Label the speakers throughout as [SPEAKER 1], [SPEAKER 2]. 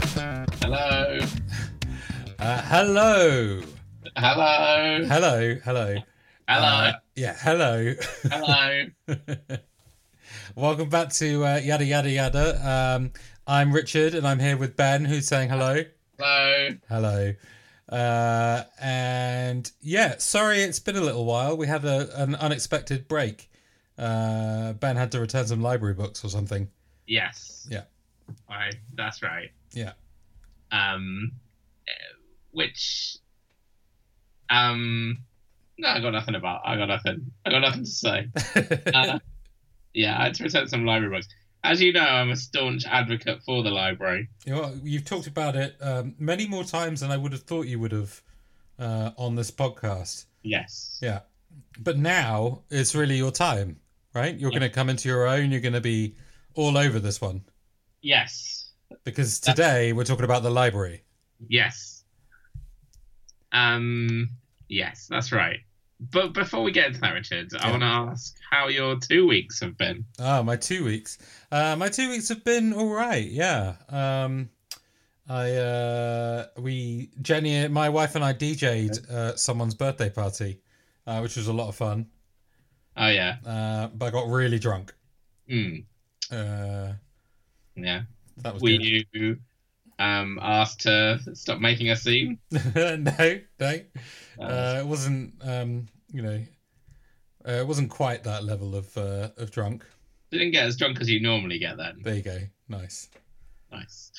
[SPEAKER 1] Hello.
[SPEAKER 2] Uh, hello.
[SPEAKER 1] Hello.
[SPEAKER 2] Hello. Hello.
[SPEAKER 1] Hello.
[SPEAKER 2] Uh, yeah. Hello.
[SPEAKER 1] Hello.
[SPEAKER 2] Welcome back to uh, Yada Yada Yada. Um, I'm Richard and I'm here with Ben who's saying hello.
[SPEAKER 1] Hello.
[SPEAKER 2] Hello. Uh, and yeah, sorry it's been a little while. We had a, an unexpected break. Uh, ben had to return some library books or something.
[SPEAKER 1] Yes.
[SPEAKER 2] Yeah.
[SPEAKER 1] Right. That's right.
[SPEAKER 2] Yeah.
[SPEAKER 1] Um, eh, which, um, no, I got nothing about. I got nothing. I got nothing to say. Uh, yeah, I had to return some library books. As you know, I'm a staunch advocate for the library.
[SPEAKER 2] You know, what, you've talked about it um, many more times than I would have thought you would have uh, on this podcast.
[SPEAKER 1] Yes.
[SPEAKER 2] Yeah. But now it's really your time, right? You're
[SPEAKER 1] Yeah.
[SPEAKER 2] going to come into your own. You're going to be all over this one
[SPEAKER 1] Yes.
[SPEAKER 2] because
[SPEAKER 1] That's-
[SPEAKER 2] today we're talking about the library.
[SPEAKER 1] Yes. Um. Yes, that's right. But before we get into that, Richard, I
[SPEAKER 2] Yeah.
[SPEAKER 1] want to ask how your two weeks have been.
[SPEAKER 2] Ah, my two weeks. Uh, my two weeks have been all right. Yeah. Um, I uh, we Jenny, my wife and I DJ'd uh, someone's birthday party, uh, which was a lot of fun.
[SPEAKER 1] Oh yeah.
[SPEAKER 2] Uh, but I got really drunk.
[SPEAKER 1] Mm,
[SPEAKER 2] Uh,
[SPEAKER 1] yeah.
[SPEAKER 2] that was
[SPEAKER 1] Were
[SPEAKER 2] good.
[SPEAKER 1] you um asked to stop making a scene?
[SPEAKER 2] no, no.
[SPEAKER 1] Uh,
[SPEAKER 2] Uh, it wasn't, um, you know, uh, it wasn't quite that level of uh, of drunk.
[SPEAKER 1] you didn't get as drunk as you normally get then.
[SPEAKER 2] There you go, nice.
[SPEAKER 1] Nice.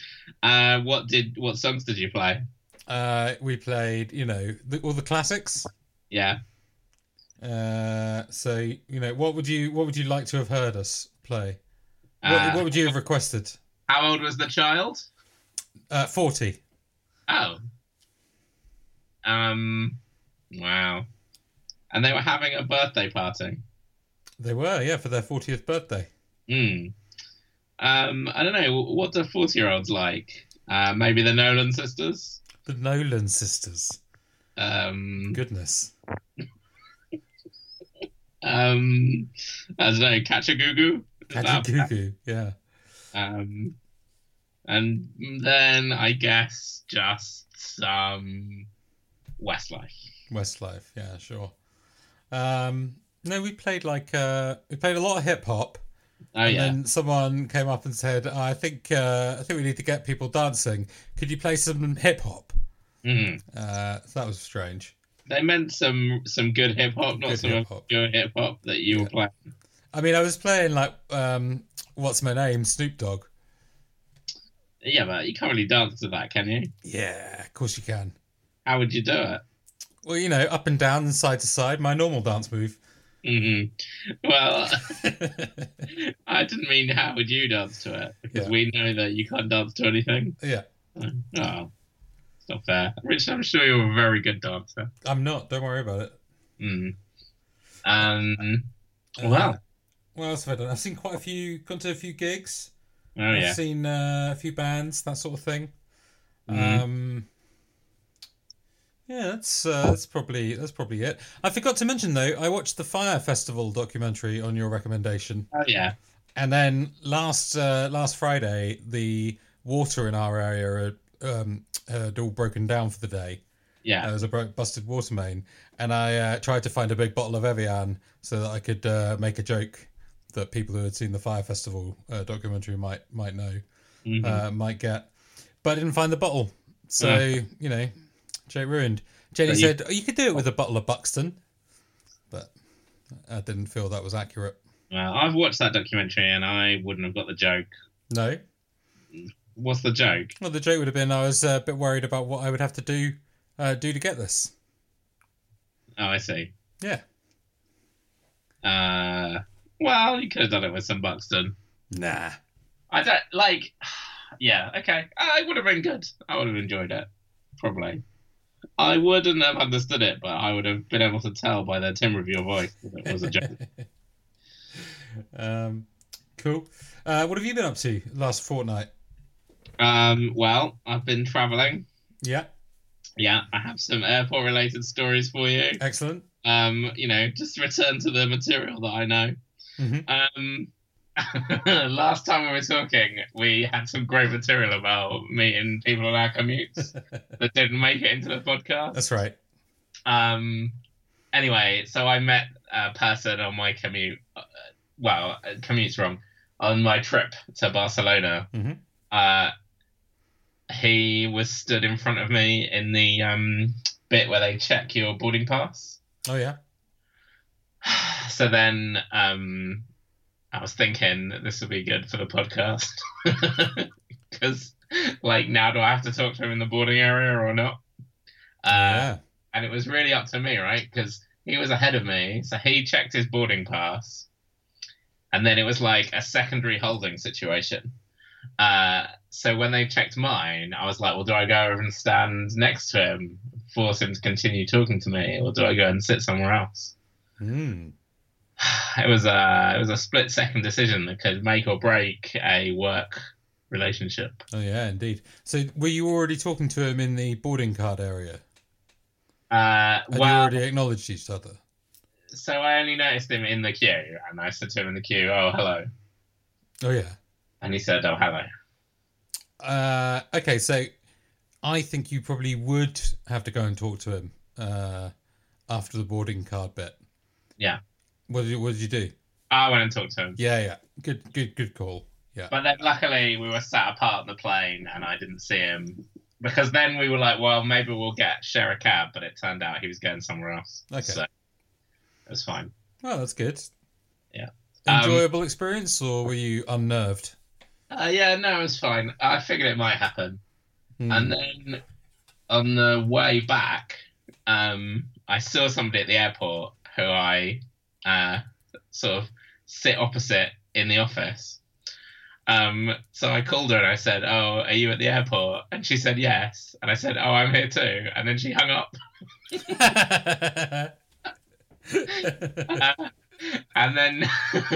[SPEAKER 1] Uh, what did what songs did you play?
[SPEAKER 2] Uh, we played, you know, the, all the classics.
[SPEAKER 1] Yeah.
[SPEAKER 2] Uh, so you know, what would you what would you like to have heard us play? What,
[SPEAKER 1] Uh,
[SPEAKER 2] what would you have requested?
[SPEAKER 1] How old was the child?
[SPEAKER 2] Uh, Forty.
[SPEAKER 1] Oh. Um. Wow. And they were having a birthday party.
[SPEAKER 2] They were, yeah, for their fortieth birthday.
[SPEAKER 1] Hmm. Um. I don't know. What do forty-year-olds like? Uh, maybe the Nolan sisters.
[SPEAKER 2] The Nolan sisters.
[SPEAKER 1] Um.
[SPEAKER 2] Goodness.
[SPEAKER 1] Um. I don't know. Catch a goo goo.
[SPEAKER 2] Catch a goo goo. Yeah.
[SPEAKER 1] Um, and then I guess just some Westlife.
[SPEAKER 2] Westlife, yeah, sure. Um, no, we played like uh, we played a lot of hip hop,
[SPEAKER 1] Oh
[SPEAKER 2] and
[SPEAKER 1] yeah,
[SPEAKER 2] then someone came up and said, "I think uh, I think we need to get people dancing. Could you play some hip hop?"
[SPEAKER 1] Mhm.
[SPEAKER 2] Uh, so that was strange.
[SPEAKER 1] they meant some some good hip hop, not
[SPEAKER 2] Good
[SPEAKER 1] some
[SPEAKER 2] hip hop.
[SPEAKER 1] obscure hip hop that you were playing.
[SPEAKER 2] I mean, I was playing like um, what's my name, Snoop Dogg.
[SPEAKER 1] Yeah, but you can't really dance to that, can you?
[SPEAKER 2] Yeah, of course you can.
[SPEAKER 1] How would you do it?
[SPEAKER 2] Well, you know, up and down and side to side, my normal dance move.
[SPEAKER 1] hmm Well, I didn't mean how would you dance to it because
[SPEAKER 2] Yeah.
[SPEAKER 1] we know that you can't dance to anything.
[SPEAKER 2] yeah,
[SPEAKER 1] Oh, it's not fair, Rich. I'm sure you're a very good dancer.
[SPEAKER 2] I'm not. Don't worry about it.
[SPEAKER 1] Mm. Um.
[SPEAKER 2] Uh,
[SPEAKER 1] Wow.
[SPEAKER 2] What else have I done? I've seen quite a few, gone to a few gigs.
[SPEAKER 1] Oh
[SPEAKER 2] I've
[SPEAKER 1] yeah.
[SPEAKER 2] seen uh, a few bands, that sort of thing.
[SPEAKER 1] Mhm.
[SPEAKER 2] Um, yeah, that's uh, that's probably that's probably it. I forgot to mention though, I watched the Fire Festival documentary on your recommendation,
[SPEAKER 1] Oh yeah.
[SPEAKER 2] and then last uh, last Friday, the water in our area had, um, had all broken down for the day.
[SPEAKER 1] Yeah.
[SPEAKER 2] There was a bro- busted water main, and I uh, tried to find a big bottle of Evian so that I could uh, make a joke that people who had seen the Fire Festival uh, documentary might might know
[SPEAKER 1] Mhm.
[SPEAKER 2] uh, might get. But I didn't find the bottle. So, you know, Jay ruined. Jenny
[SPEAKER 1] But you-
[SPEAKER 2] said, oh, you could do it with a bottle of Buxton. But I didn't feel that was accurate.
[SPEAKER 1] well, I've watched that documentary and I wouldn't have got the joke.
[SPEAKER 2] No.
[SPEAKER 1] What's the joke?
[SPEAKER 2] Well, the joke would have been I was uh, a bit worried about what I would have to do uh, do to get this.
[SPEAKER 1] Oh, I see.
[SPEAKER 2] Yeah.
[SPEAKER 1] Uh, well, you could have done it with some Buxton.
[SPEAKER 2] Nah.
[SPEAKER 1] I don't like. Yeah. Okay. I would have been good. I would have enjoyed it. Probably. I wouldn't have understood it, but I would have been able to tell by the timbre of your voice that it was a joke.
[SPEAKER 2] um, cool. Uh, what have you been up to last fortnight?
[SPEAKER 1] um, well, I've been traveling.
[SPEAKER 2] Yeah.
[SPEAKER 1] Yeah, I have some airport related stories for you.
[SPEAKER 2] Excellent.
[SPEAKER 1] Um, you know, just return to the material that I know.
[SPEAKER 2] Mhm.
[SPEAKER 1] Um, last time we were talking, we had some great material about meeting people on our commutes that didn't make it into the podcast.
[SPEAKER 2] That's right.
[SPEAKER 1] Um, anyway, so I met a person on my commute. Uh, well, uh, commute's wrong. On my trip to Barcelona,
[SPEAKER 2] Mhm.
[SPEAKER 1] uh, he was stood in front of me in the um, bit where they check your boarding pass.
[SPEAKER 2] Oh yeah.
[SPEAKER 1] So then um, I was thinking that this would be good for the podcast because, like, now do I have to talk to him in the boarding area or not? Uh,
[SPEAKER 2] yeah.
[SPEAKER 1] and it was really up to me, right? Because he was ahead of me, so he checked his boarding pass, and then it was like a secondary holding situation. Uh, so when they checked mine, I was like, "Well, do I go over and stand next to him, force him to continue talking to me, or do I go and sit somewhere else?" hmm.
[SPEAKER 2] Mm.
[SPEAKER 1] It was a it was a split second decision that could make or break a work relationship.
[SPEAKER 2] Oh yeah, indeed. So were you already talking to him in the boarding card area?
[SPEAKER 1] Uh,
[SPEAKER 2] Had you
[SPEAKER 1] well,
[SPEAKER 2] already acknowledged each other?
[SPEAKER 1] so I only noticed him in the queue, and I said to him in the queue, "Oh, hello,"
[SPEAKER 2] Oh yeah.
[SPEAKER 1] and he said, "Oh, hello."
[SPEAKER 2] Uh, okay, so I think you probably would have to go and talk to him uh, after the boarding card bit.
[SPEAKER 1] Yeah.
[SPEAKER 2] What did you, what did you do?
[SPEAKER 1] I went and talked to him.
[SPEAKER 2] Yeah, yeah. Good, good, good call. Yeah.
[SPEAKER 1] But then luckily we were sat apart on the plane and I didn't see him. Because then we were like, well, maybe we'll get share a cab, but it turned out he was going somewhere else.
[SPEAKER 2] Okay.
[SPEAKER 1] So it was fine.
[SPEAKER 2] Well, that's good.
[SPEAKER 1] Yeah. Um,
[SPEAKER 2] Enjoyable experience, or were you unnerved?
[SPEAKER 1] Uh, yeah, no, it was fine. I figured it might happen.
[SPEAKER 2] Hmm.
[SPEAKER 1] And then on the way back, um, I saw somebody at the airport who I uh, sort of sit opposite in the office. Um, so I called her and I said, "Oh, are you at the airport?" And she said, "Yes." And I said, "Oh, I'm here too." And then she hung up. and then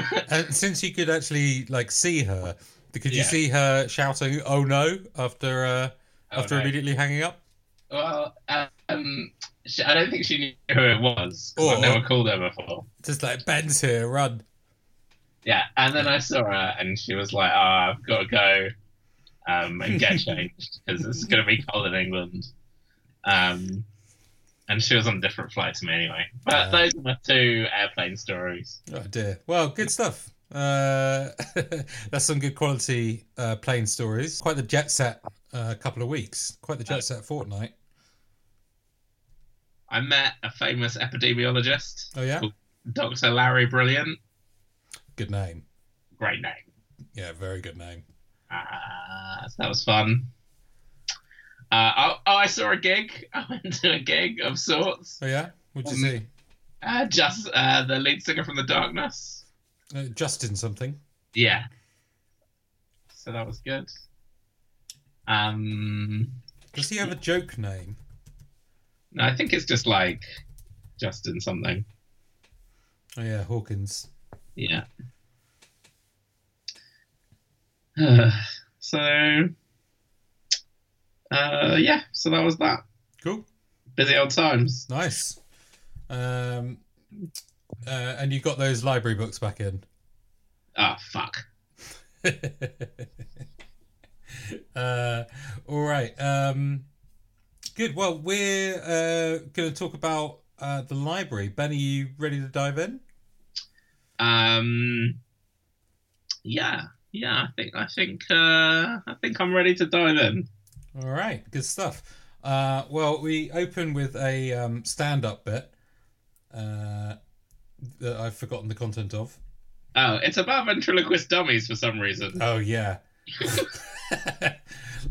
[SPEAKER 2] and since you could actually like see her, could you
[SPEAKER 1] Yeah.
[SPEAKER 2] see her shouting "Oh no!" after uh,
[SPEAKER 1] Oh,
[SPEAKER 2] after
[SPEAKER 1] no.
[SPEAKER 2] immediately hanging up?
[SPEAKER 1] well, um, she, I don't think she knew who it was. 'cause
[SPEAKER 2] Or-
[SPEAKER 1] I've never called her before.
[SPEAKER 2] Just like Ben's here, run.
[SPEAKER 1] Yeah, and then I saw her, and she was like, "Oh, I've got to go um, and get changed because it's going to be cold in England." Um, and she was on a different flight to me anyway. But
[SPEAKER 2] Yeah.
[SPEAKER 1] those are my two airplane stories.
[SPEAKER 2] Oh dear. Well, good stuff. Uh, that's some good quality uh, plane stories. Quite the jet set uh, couple of weeks. Quite the jet set fortnight.
[SPEAKER 1] I met a famous epidemiologist,
[SPEAKER 2] Oh yeah,
[SPEAKER 1] Dr. Larry Brilliant.
[SPEAKER 2] good name.
[SPEAKER 1] Great name.
[SPEAKER 2] Yeah, very good name.
[SPEAKER 1] Uh, so that was fun. Uh, oh, oh, I saw a gig. I went to a gig of sorts.
[SPEAKER 2] Oh yeah, what'd you
[SPEAKER 1] Um,
[SPEAKER 2] see?
[SPEAKER 1] Uh, just uh, the lead singer from The Darkness.
[SPEAKER 2] Uh, Justin something.
[SPEAKER 1] Yeah. So that was good. Um,
[SPEAKER 2] Does he have a joke name?
[SPEAKER 1] no, I think it's just like Justin something.
[SPEAKER 2] Oh yeah, Hawkins.
[SPEAKER 1] Yeah. so, uh, yeah. So that was that.
[SPEAKER 2] Cool.
[SPEAKER 1] Busy old times.
[SPEAKER 2] Nice. Um, uh, and you got those library books back in.
[SPEAKER 1] Oh fuck.
[SPEAKER 2] uh, all right. Um, good. Well, we're uh, going to talk about uh, the library. Ben, are you ready to dive in?
[SPEAKER 1] Um, yeah, yeah. I think I think uh, I think I'm ready to dive in.
[SPEAKER 2] All right. Good stuff. Uh, well, we open with a um, stand up bit uh, that I've forgotten the content of.
[SPEAKER 1] Oh, it's about ventriloquist dummies for some reason.
[SPEAKER 2] Oh, yeah. like,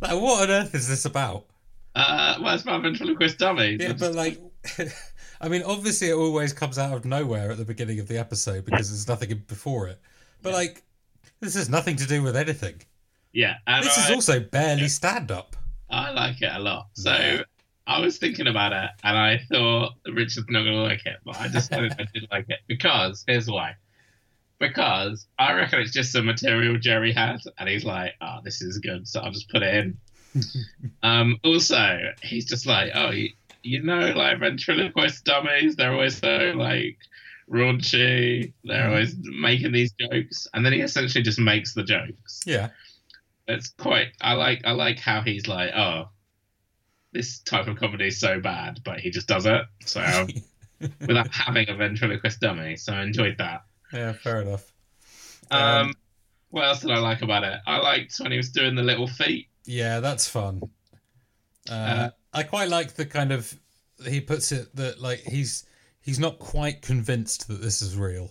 [SPEAKER 2] what on earth is this about?
[SPEAKER 1] Uh, well, it's about ventriloquist dummies.
[SPEAKER 2] Yeah, but like, I mean, obviously, it always comes out of nowhere at the beginning of the episode because there's nothing before it. But
[SPEAKER 1] Yeah.
[SPEAKER 2] like, this has nothing to do with anything.
[SPEAKER 1] Yeah, and
[SPEAKER 2] This is
[SPEAKER 1] I,
[SPEAKER 2] also barely
[SPEAKER 1] Yeah.
[SPEAKER 2] stand up.
[SPEAKER 1] I like it a lot. So
[SPEAKER 2] Yeah.
[SPEAKER 1] I was thinking about it, and I thought Richard's not going to like it, but I decided I did like it because here's why. Because I reckon it's just some material Jerry had, and he's like, "Oh, this is good," so I'll just put it in. um, also, he's just like, oh, you, you know, like ventriloquist dummies, they're always so like raunchy. They're
[SPEAKER 2] Mm-hmm.
[SPEAKER 1] always making these jokes, and then he essentially just makes the jokes.
[SPEAKER 2] Yeah.
[SPEAKER 1] That's quite. I like. I like how he's like, oh, this type of comedy is so bad, but he just does it. So without having a ventriloquist dummy, so I enjoyed that.
[SPEAKER 2] Yeah, fair enough.
[SPEAKER 1] Um, what else did I like about it? I liked when he was doing the little feet.
[SPEAKER 2] Yeah, that's fun. Uh,
[SPEAKER 1] Uh,
[SPEAKER 2] I quite like the kind of he puts it that like he's he's not quite convinced that this is real.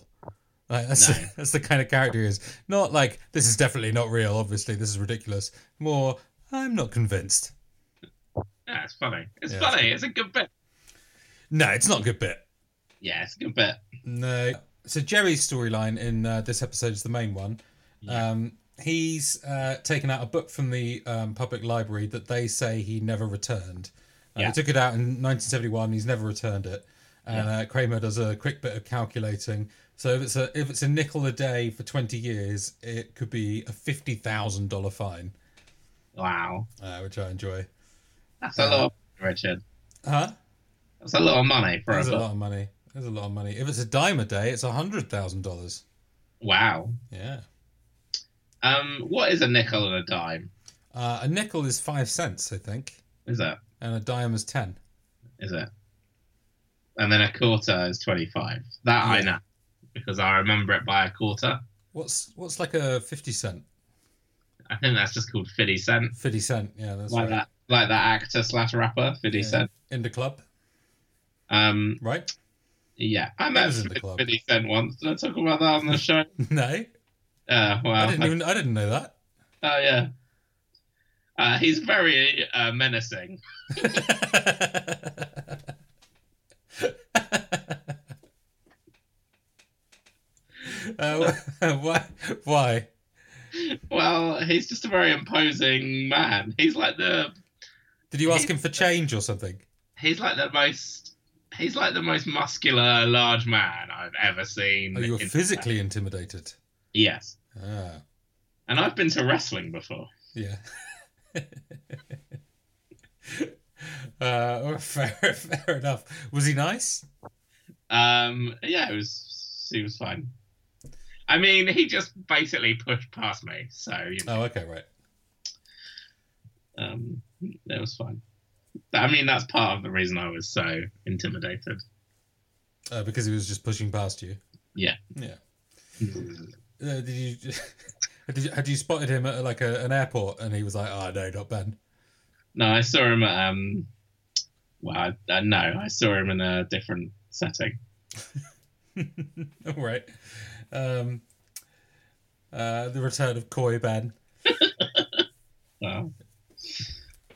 [SPEAKER 2] Like, that's
[SPEAKER 1] No.
[SPEAKER 2] that's the kind of character he is. Not like this is definitely not real. Obviously, this is ridiculous. More, I'm not convinced.
[SPEAKER 1] Yeah, it's funny. It's
[SPEAKER 2] Yeah, it's
[SPEAKER 1] funny. It's a good bit.
[SPEAKER 2] No, it's not a good bit.
[SPEAKER 1] Yeah, it's a good bit.
[SPEAKER 2] No. So Jerry's storyline in uh, this episode is the main one.
[SPEAKER 1] Yeah.
[SPEAKER 2] Um, he's uh, taken out a book from the um, public library that they say he never returned. Uh,
[SPEAKER 1] Yeah.
[SPEAKER 2] He took it out in 1971. He's never returned it. And uh, Kramer does a quick bit of calculating. So if it's a if it's a nickel a day for 20 years, it could be a fifty thousand dollar fine,
[SPEAKER 1] Wow,
[SPEAKER 2] uh, which I enjoy.
[SPEAKER 1] that's a
[SPEAKER 2] Uh,
[SPEAKER 1] lot, Richard.
[SPEAKER 2] Huh?
[SPEAKER 1] That's a lot of money for a
[SPEAKER 2] That's a
[SPEAKER 1] book.
[SPEAKER 2] lot of money. That's a lot of money. If it's a dime a day, it's a hundred thousand dollars.
[SPEAKER 1] Wow.
[SPEAKER 2] Yeah.
[SPEAKER 1] Um, what is a nickel and a dime?
[SPEAKER 2] Uh, a nickel is five cents, I think.
[SPEAKER 1] Is it?
[SPEAKER 2] and a dime is 10.
[SPEAKER 1] Is it? And then a quarter is twenty-five. That I
[SPEAKER 2] Yeah.
[SPEAKER 1] know because I remember it by a quarter.
[SPEAKER 2] What's what's like a 50 cent?
[SPEAKER 1] I think that's just called fifty cent,
[SPEAKER 2] 50 cent, yeah, that's
[SPEAKER 1] like
[SPEAKER 2] right.
[SPEAKER 1] that, like that actor slash rapper fifty
[SPEAKER 2] Yeah.
[SPEAKER 1] cent.
[SPEAKER 2] In the club,
[SPEAKER 1] Um,
[SPEAKER 2] right?
[SPEAKER 1] yeah, I
[SPEAKER 2] That
[SPEAKER 1] met
[SPEAKER 2] was in the club.
[SPEAKER 1] fifty cent once. Did I talk about that on the show?
[SPEAKER 2] No,
[SPEAKER 1] Uh, well,
[SPEAKER 2] I didn't even I didn't know that.
[SPEAKER 1] Oh yeah. Uh, he's very uh, menacing.
[SPEAKER 2] uh, why? Why?
[SPEAKER 1] Well, he's just a very imposing man. He's like the
[SPEAKER 2] Did you ask him for change or something?
[SPEAKER 1] he's like the most he's like the most muscular large man I've ever seen.
[SPEAKER 2] Oh, you were
[SPEAKER 1] in-
[SPEAKER 2] physically intimidated.
[SPEAKER 1] Yes.
[SPEAKER 2] Ah,
[SPEAKER 1] And I've been to wrestling before.
[SPEAKER 2] yeah. uh, fair, fair enough. Was he nice?
[SPEAKER 1] Um, yeah, it was he was fine. I mean, he just basically pushed past me, so you know,
[SPEAKER 2] Oh, okay, right.
[SPEAKER 1] um, it was fine. I mean, that's part of the reason I was so intimidated.
[SPEAKER 2] Uh, because he was just pushing past you.
[SPEAKER 1] Yeah.
[SPEAKER 2] Yeah. Uh, did you? Had you, had you spotted him at like a, an airport and he was like, oh no, not Ben?
[SPEAKER 1] No, I saw him at um. Well, I, uh, no, I saw him in a different setting.
[SPEAKER 2] All right. Um, uh, the return of Coy Ben.
[SPEAKER 1] So,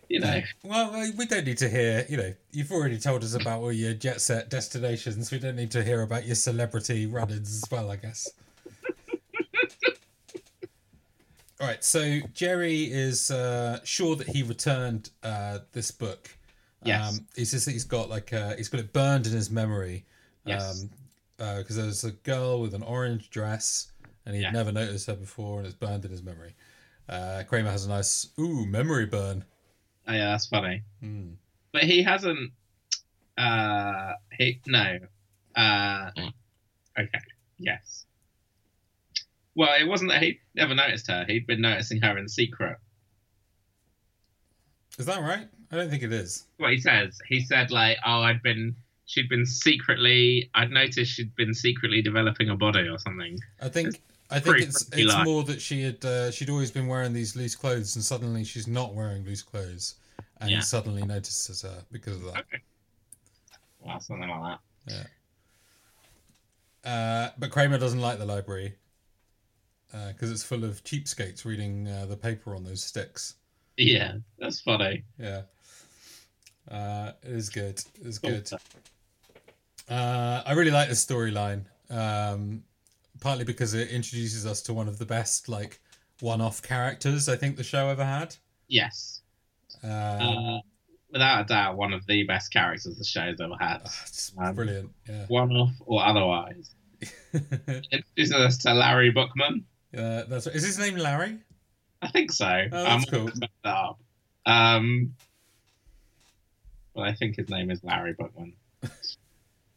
[SPEAKER 1] you know,
[SPEAKER 2] Well, we- we don't need to hear, you know, you've already told us about all your jet set destinations. We don't need to hear about your celebrity run ins as well, I guess. all right. So Jerry is uh, sure that he returned uh, this book.
[SPEAKER 1] Yes.
[SPEAKER 2] Um, he says that he's got like uh, he's got it burned in his memory.
[SPEAKER 1] Yes.
[SPEAKER 2] Um, because there's a girl with an orange dress, and he'd
[SPEAKER 1] Yeah.
[SPEAKER 2] never noticed her before, and it's burned in his memory. Uh, Kramer has a nice ooh memory burn.
[SPEAKER 1] oh, yeah, that's funny.
[SPEAKER 2] Hmm.
[SPEAKER 1] But he hasn't. Uh, he no. Uh, okay. Yes. Well, it wasn't that he never noticed her. He'd been noticing her in secret.
[SPEAKER 2] Is that right? I don't think it is.
[SPEAKER 1] What he says, he said like, "Oh, I'd been, she'd been secretly. I'd noticed she'd been secretly developing a body or something."
[SPEAKER 2] I think I think
[SPEAKER 1] pretty
[SPEAKER 2] it's
[SPEAKER 1] freaky
[SPEAKER 2] it's
[SPEAKER 1] lie.
[SPEAKER 2] more that she had uh, she'd always been wearing these loose clothes, and suddenly she's not wearing loose clothes, and
[SPEAKER 1] Yeah.
[SPEAKER 2] he suddenly notices her because of that.
[SPEAKER 1] Well, something like that.
[SPEAKER 2] Uh, but Kramer doesn't like the library because it's full of cheapskates reading uh, the paper on those sticks.
[SPEAKER 1] Yeah, that's funny.
[SPEAKER 2] Yeah, uh, it is good. It is good. Uh, I really like this storyline, um, partly because it introduces us to one of the best like one-off characters I think the show ever had.
[SPEAKER 1] Yes.
[SPEAKER 2] Uh,
[SPEAKER 1] Uh, without a doubt, one of the best characters the show's ever had.
[SPEAKER 2] ah, it's
[SPEAKER 1] um,
[SPEAKER 2] brilliant. Yeah,
[SPEAKER 1] One off or otherwise. Introducing us to Larry Bookman.
[SPEAKER 2] uh, that's right. Is his name Larry?
[SPEAKER 1] I think so.
[SPEAKER 2] Oh, that's
[SPEAKER 1] I'm
[SPEAKER 2] cool.
[SPEAKER 1] gonna look that up. Um, well, I think his name is Larry Buckman.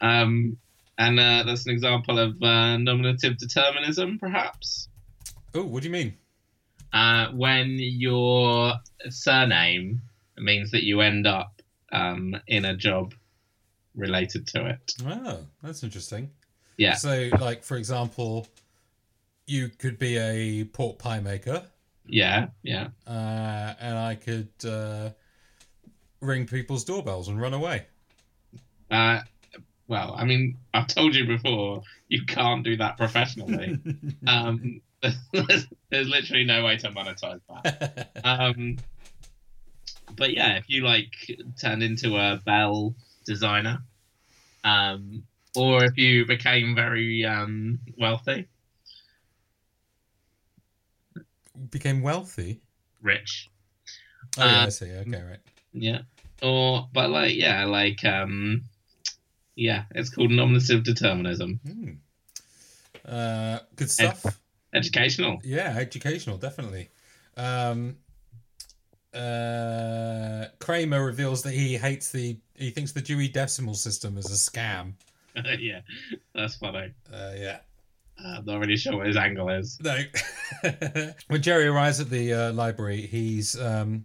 [SPEAKER 1] Um, and uh, that's an example of uh, nominative determinism, perhaps.
[SPEAKER 2] Oh, what do you mean?
[SPEAKER 1] Uh, when your surname means that you end up um, in a job related to it.
[SPEAKER 2] Oh, that's interesting.
[SPEAKER 1] Yeah.
[SPEAKER 2] So, like for example, you could be a pork pie maker,
[SPEAKER 1] Yeah, yeah.
[SPEAKER 2] uh, and I could uh, ring people's doorbells and run away.
[SPEAKER 1] Uh, well, I mean, I've told you before, you can't do that professionally. um, there's, there's literally no way to monetize that. Um, but yeah, if you like turned into a bell designer, um, or if you became very um, wealthy,
[SPEAKER 2] Became wealthy.
[SPEAKER 1] rich,
[SPEAKER 2] Oh, yeah,
[SPEAKER 1] Uh,
[SPEAKER 2] I see. Okay, right.
[SPEAKER 1] yeah, or but like yeah, like um, yeah, it's called nominative determinism.
[SPEAKER 2] Hmm. Uh, good stuff.
[SPEAKER 1] Educational.
[SPEAKER 2] Yeah, educational, definitely. Um, uh, Kramer reveals that he hates the. He thinks the Dewey Decimal System is a scam.
[SPEAKER 1] yeah, that's funny.
[SPEAKER 2] Uh, yeah.
[SPEAKER 1] I'm Uh, not really sure what his angle is.
[SPEAKER 2] No. when Jerry arrives at the uh, library, he's um,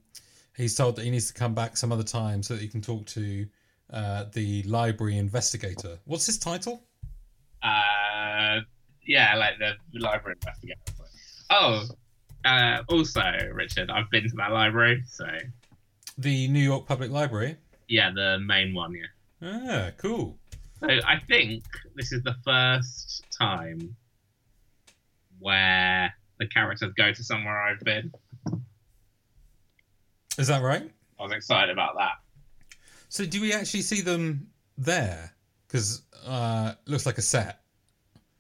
[SPEAKER 2] he's told that he needs to come back some other time so that he can talk to uh, the library investigator. What's his title?
[SPEAKER 1] Uh, yeah, like the library investigator. Oh, uh, also, Richard, I've been to that library, so
[SPEAKER 2] The New York Public Library.
[SPEAKER 1] yeah, the main one, yeah.
[SPEAKER 2] Ah, cool.
[SPEAKER 1] So I think this is the first time where the characters go to somewhere I've been.
[SPEAKER 2] Is that right?
[SPEAKER 1] I was excited about that.
[SPEAKER 2] So do we actually see them there? Because uh, it looks like a set.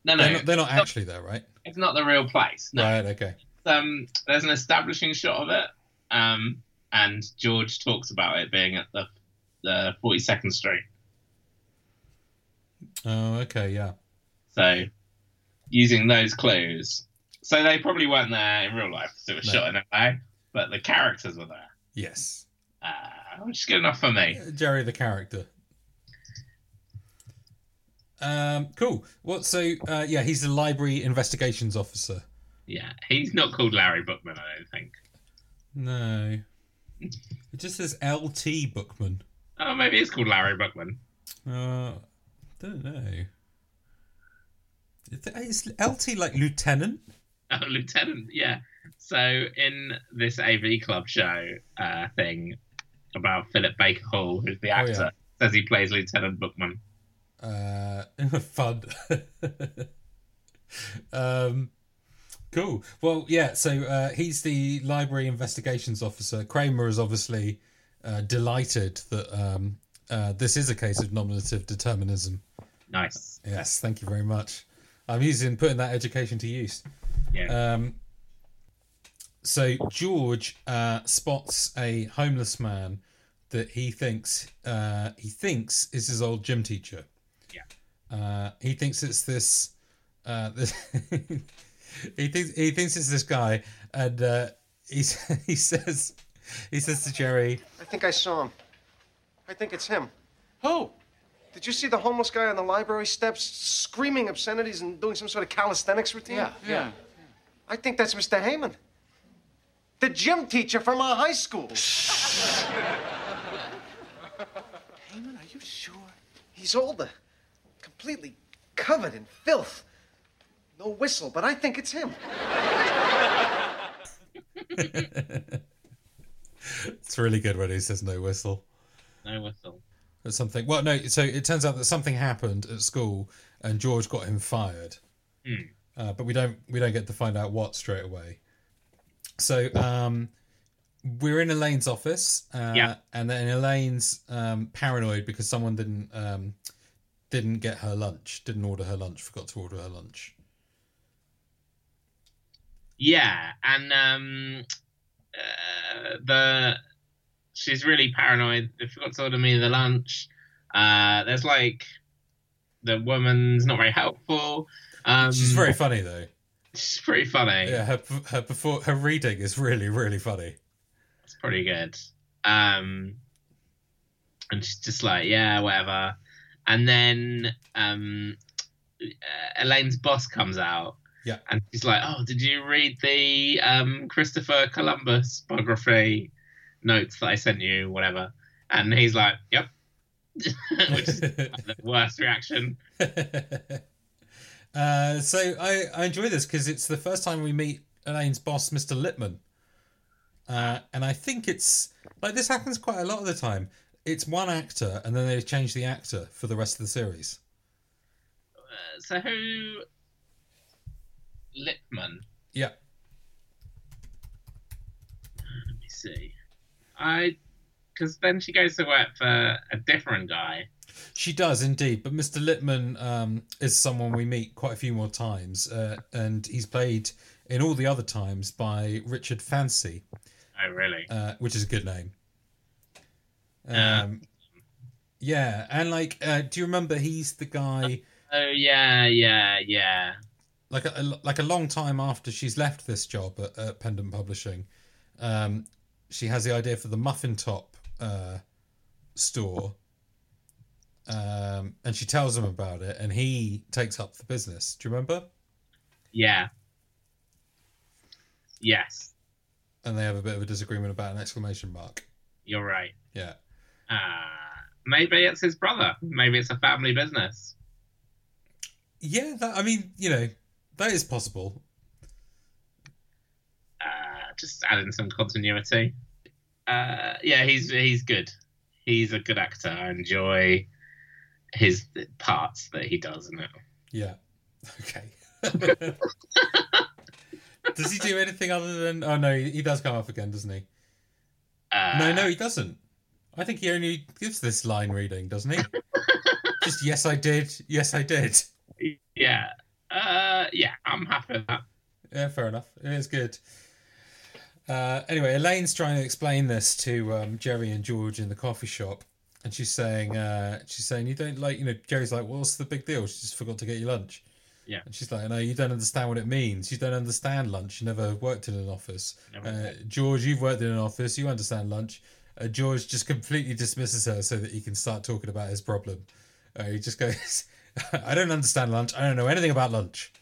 [SPEAKER 1] No,
[SPEAKER 2] They're
[SPEAKER 1] no,
[SPEAKER 2] not, they're not actually there, right?
[SPEAKER 1] it's not the real place. No,
[SPEAKER 2] Right. Okay.
[SPEAKER 1] um, there's an establishing shot of it, um, and George talks about it being at the the 42nd Street.
[SPEAKER 2] Oh, okay. Yeah.
[SPEAKER 1] So, using those clues, so they probably weren't there in real life. 'cause it was
[SPEAKER 2] No.
[SPEAKER 1] shot in LA, but the characters were there,
[SPEAKER 2] Yes.
[SPEAKER 1] uh, which is good enough for me.
[SPEAKER 2] Jerry the character. Um, cool. What? So, uh, yeah, he's the library investigations officer.
[SPEAKER 1] Yeah, he's not called Larry Bookman, I don't think.
[SPEAKER 2] No, it just says L.T. Bookman.
[SPEAKER 1] Oh, maybe it's called Larry Bookman.
[SPEAKER 2] Uh, don't know. Is L.T. like lieutenant?
[SPEAKER 1] Oh, Lieutenant, yeah. So in this AV Club show uh, thing about Philip Baker Hall, who's the
[SPEAKER 2] Oh,
[SPEAKER 1] actor,
[SPEAKER 2] yeah.
[SPEAKER 1] says he plays Lieutenant Bookman.
[SPEAKER 2] Uh, fun. um, cool. Well, yeah. So uh, he's the library investigations officer. Kramer is obviously uh, delighted that um, uh, this is a case of nominative determinism.
[SPEAKER 1] Nice.
[SPEAKER 2] Yes, thank you very much. I'm using putting that education to use.
[SPEAKER 1] Yeah.
[SPEAKER 2] Um, so George uh, spots a homeless man that he thinks uh, he thinks is his old gym teacher. Yeah. Uh, he thinks it's this. Uh, this he thinks he thinks it's this guy, and uh, he s- he says he says to Jerry,
[SPEAKER 3] I think I saw him. I think it's him.
[SPEAKER 4] Who?
[SPEAKER 3] Did you see the homeless guy on the library steps screaming obscenities and doing some sort of calisthenics routine?
[SPEAKER 4] Yeah, yeah.
[SPEAKER 3] I think that's Mr. Heyman. The gym teacher from our high school.
[SPEAKER 4] Heyman, are you sure?
[SPEAKER 3] He's older, completely covered in filth. No whistle, but I think it's him.
[SPEAKER 2] "It's really good when he says no whistle."
[SPEAKER 1] No whistle.
[SPEAKER 2] or something. Well, no. So it turns out that something happened at school, and George got him fired.
[SPEAKER 1] Hmm.
[SPEAKER 2] Uh, but we don't we don't get to find out what straight away. So um, we're in Elaine's office, uh,
[SPEAKER 1] Yeah.
[SPEAKER 2] and then Elaine's um, paranoid because someone didn't um, didn't get her lunch, didn't order her lunch, forgot to order her lunch.
[SPEAKER 1] Yeah, and um, uh, the she's really paranoid. They forgot to order me the lunch. Uh, there's like the woman's not very helpful. Um,
[SPEAKER 2] She's very funny though.
[SPEAKER 1] she's pretty funny.
[SPEAKER 2] Yeah, her her before her reading is really really funny.
[SPEAKER 1] It's pretty good. Um, and she's just like, yeah, whatever. And then um, uh, Elaine's boss comes out.
[SPEAKER 2] Yeah.
[SPEAKER 1] And she's like, oh, did you read the um, Christopher Columbus biography notes that I sent you, whatever? And he's like, yep. Which is the worst reaction.
[SPEAKER 2] Uh, so I, I enjoy this because it's the first time we meet Elaine's boss, Mr. Lippman. Uh, and I think it's like this happens quite a lot of the time. It's one actor, and then they change the actor for the rest of the series.
[SPEAKER 1] Uh, So who? Lipman.
[SPEAKER 2] Yeah,
[SPEAKER 1] Let me see. I, because then she goes to work for a different guy.
[SPEAKER 2] she does indeed. But Mr. Lippman um, is someone we meet quite a few more times, uh, and he's played in all the other times by Richard Fancy,
[SPEAKER 1] Oh, really?
[SPEAKER 2] uh, which is a good name.
[SPEAKER 1] Yeah.
[SPEAKER 2] Um, yeah, and like, uh, do you remember he's the guy
[SPEAKER 1] Oh, yeah, yeah, yeah.
[SPEAKER 2] like a, a- like a long time after she's left this job at, at Pendant Publishing, um, she has the idea for the muffin top uh, store, um, and she tells him about it, and he takes up the business. Do you remember?
[SPEAKER 1] Yeah. Yes,
[SPEAKER 2] And they have a bit of a disagreement about an exclamation mark.
[SPEAKER 1] you're right.
[SPEAKER 2] Yeah,
[SPEAKER 1] Uh, maybe it's his brother. Maybe it's a family business.
[SPEAKER 2] yeah. That I mean, you know, that is possible.
[SPEAKER 1] Uh, just adding some continuity. Uh, yeah, he's he's good. He's a good actor. I enjoy his parts that he does in it.
[SPEAKER 2] Yeah. Okay. does he do anything other than? Oh no, he he does come up again, doesn't he?
[SPEAKER 1] Uh,
[SPEAKER 2] No, no, he doesn't. I think he only gives this line reading, doesn't he? Just yes, I did. Yes, I did.
[SPEAKER 1] Yeah. Uh, yeah, I'm happy with that.
[SPEAKER 2] Yeah, fair enough. It is good. Uh, anyway, Elaine's trying to explain this to um, Jerry and George in the coffee shop, and she's saying, uh, she's saying, you don't like, you know, Jerry's like, what's the big deal? She just forgot to get you lunch.
[SPEAKER 1] Yeah.
[SPEAKER 2] And she's like, no, you don't understand what it means. You don't understand lunch. You never worked in an office.
[SPEAKER 1] Never.
[SPEAKER 2] Uh, George, you've worked in an office. You understand lunch. Uh, George just completely dismisses her so that he can start talking about his problem. Uh, he just goes, I don't understand lunch. I don't know anything about lunch.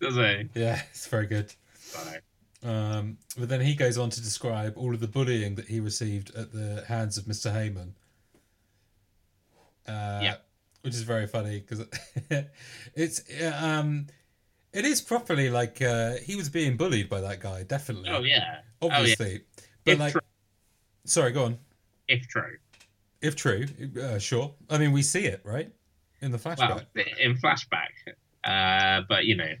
[SPEAKER 1] Does he?
[SPEAKER 2] Yeah, it's very good.
[SPEAKER 1] Sorry.
[SPEAKER 2] Um, but then he goes on to describe all of the bullying that he received at the hands of Mr. Heyman. Uh,
[SPEAKER 1] Yeah.
[SPEAKER 2] Which is very funny because it's uh, um, it is properly like uh, he was being bullied by that guy, definitely,
[SPEAKER 1] Oh yeah.
[SPEAKER 2] obviously. But
[SPEAKER 1] If
[SPEAKER 2] like,
[SPEAKER 1] true.
[SPEAKER 2] sorry, go on.
[SPEAKER 1] If true.
[SPEAKER 2] If true, uh, sure. I mean, we see it right in the flashback.
[SPEAKER 1] Well, in flashback. Uh, but you know.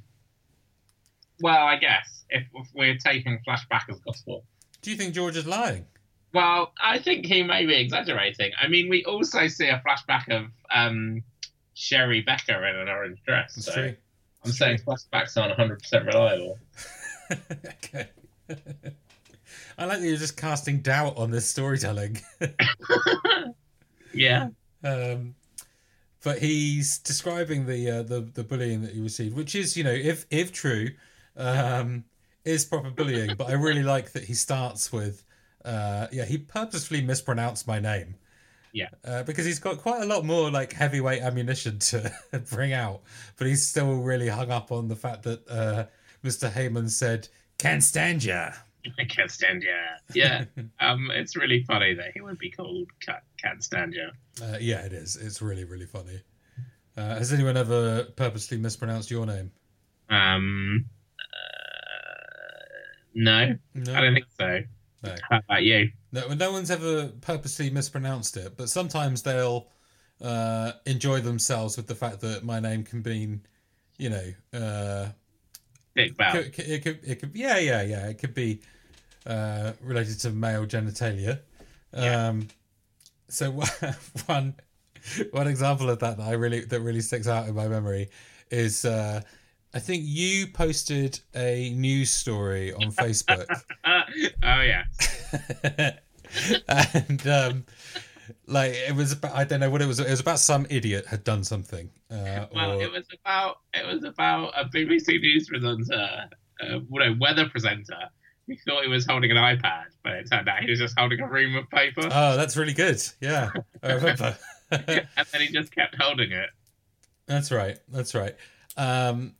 [SPEAKER 1] Well, I guess if, if we're taking flashback as gospel.
[SPEAKER 2] Do you think George is lying?
[SPEAKER 1] Well, I think he may be exaggerating. I mean, we also see a flashback of um, Sherry Becker in an orange dress.
[SPEAKER 2] It's
[SPEAKER 1] so
[SPEAKER 2] true.
[SPEAKER 1] I'm saying flashbacks aren't 100% reliable.
[SPEAKER 2] okay. I like that you're just casting doubt on this storytelling.
[SPEAKER 1] Yeah.
[SPEAKER 2] Um, but he's describing the, uh, the the bullying that he received, which is, you know, if if true, um, is proper bullying. but I really like that he starts with, uh, yeah, he purposefully mispronounced my name.
[SPEAKER 1] Yeah.
[SPEAKER 2] Uh, because he's got quite a lot more like heavyweight ammunition to bring out, but he's still really hung up on the fact that uh, Mr. Heyman said, "Can't stand ya."
[SPEAKER 1] I can't stand you. Yeah. um, it's really funny that he would be called Ca- Can't Stand You.
[SPEAKER 2] Uh, yeah, it is. It's really, really funny. Uh, has anyone ever purposely mispronounced your name?
[SPEAKER 1] Um, uh, no, I don't think so.
[SPEAKER 2] No.
[SPEAKER 1] How about you?
[SPEAKER 2] No, no one's ever purposely mispronounced it, but sometimes they'll uh, enjoy themselves with the fact that my name can mean, you know, uh,
[SPEAKER 1] Dick Bell.
[SPEAKER 2] it, could, it, could, it could, yeah, yeah, yeah, it could be uh, related to male genitalia.
[SPEAKER 1] Yeah.
[SPEAKER 2] Um, so one one example of that that I really that really sticks out in my memory is uh, I think you posted a news story on Facebook
[SPEAKER 1] Uh, oh yeah.
[SPEAKER 2] and um, like it was about I don't know what it was. It was about some idiot had done something. Uh,
[SPEAKER 1] Well,
[SPEAKER 2] or,
[SPEAKER 1] it was about it was about a BBC news presenter, uh, well, no, weather presenter, We thought he was holding an iPad, but it turned out he was just holding a ream of paper.
[SPEAKER 2] Oh, that's really good. Yeah, I remember. Uh,
[SPEAKER 1] and then he just kept holding it.
[SPEAKER 2] that's right. That's right. Um,